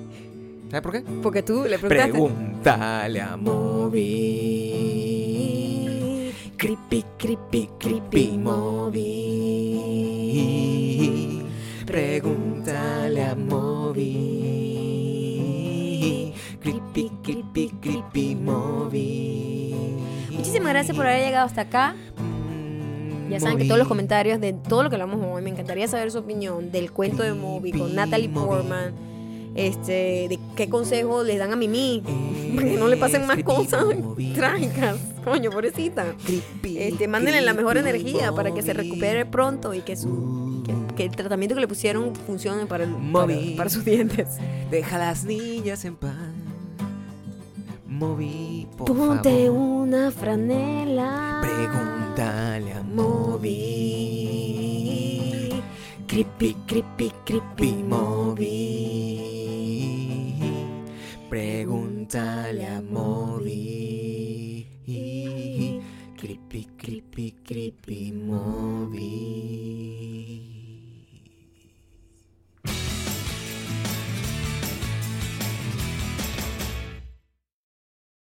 S2: ¿Sabes por qué?
S1: Porque tú le preguntaste.
S2: Pregúntale a Moby. Creepy, creepy, creepy Moby. Pregúntale a Moby. Creepy, creepy, creepy Moby.
S1: Muchísimas gracias por haber llegado hasta acá.
S2: Mm,
S1: Ya saben que todos los comentarios de todo lo que hablamos hoy, me encantaría saber su opinión del cuento de Moby con Natalie
S2: Moby.
S1: Portman. Este, de qué consejos les dan a Mimi
S2: Eh,
S1: para que no le pasen más cosas trágicas, coño, pobrecita. Este, mándenle la mejor energía para que se recupere pronto y que su que, que el tratamiento que le pusieron funcione para, el- para,
S2: Moby.
S1: para sus dientes.
S2: Deja a las niñas en paz. Moby, por
S1: Ponte
S2: favor.
S1: una franela.
S2: Pregúntale a Moby. Creepy, creepy, creepy Moby. Pregúntale a Moby. Creepy, creepy, creepy Moby.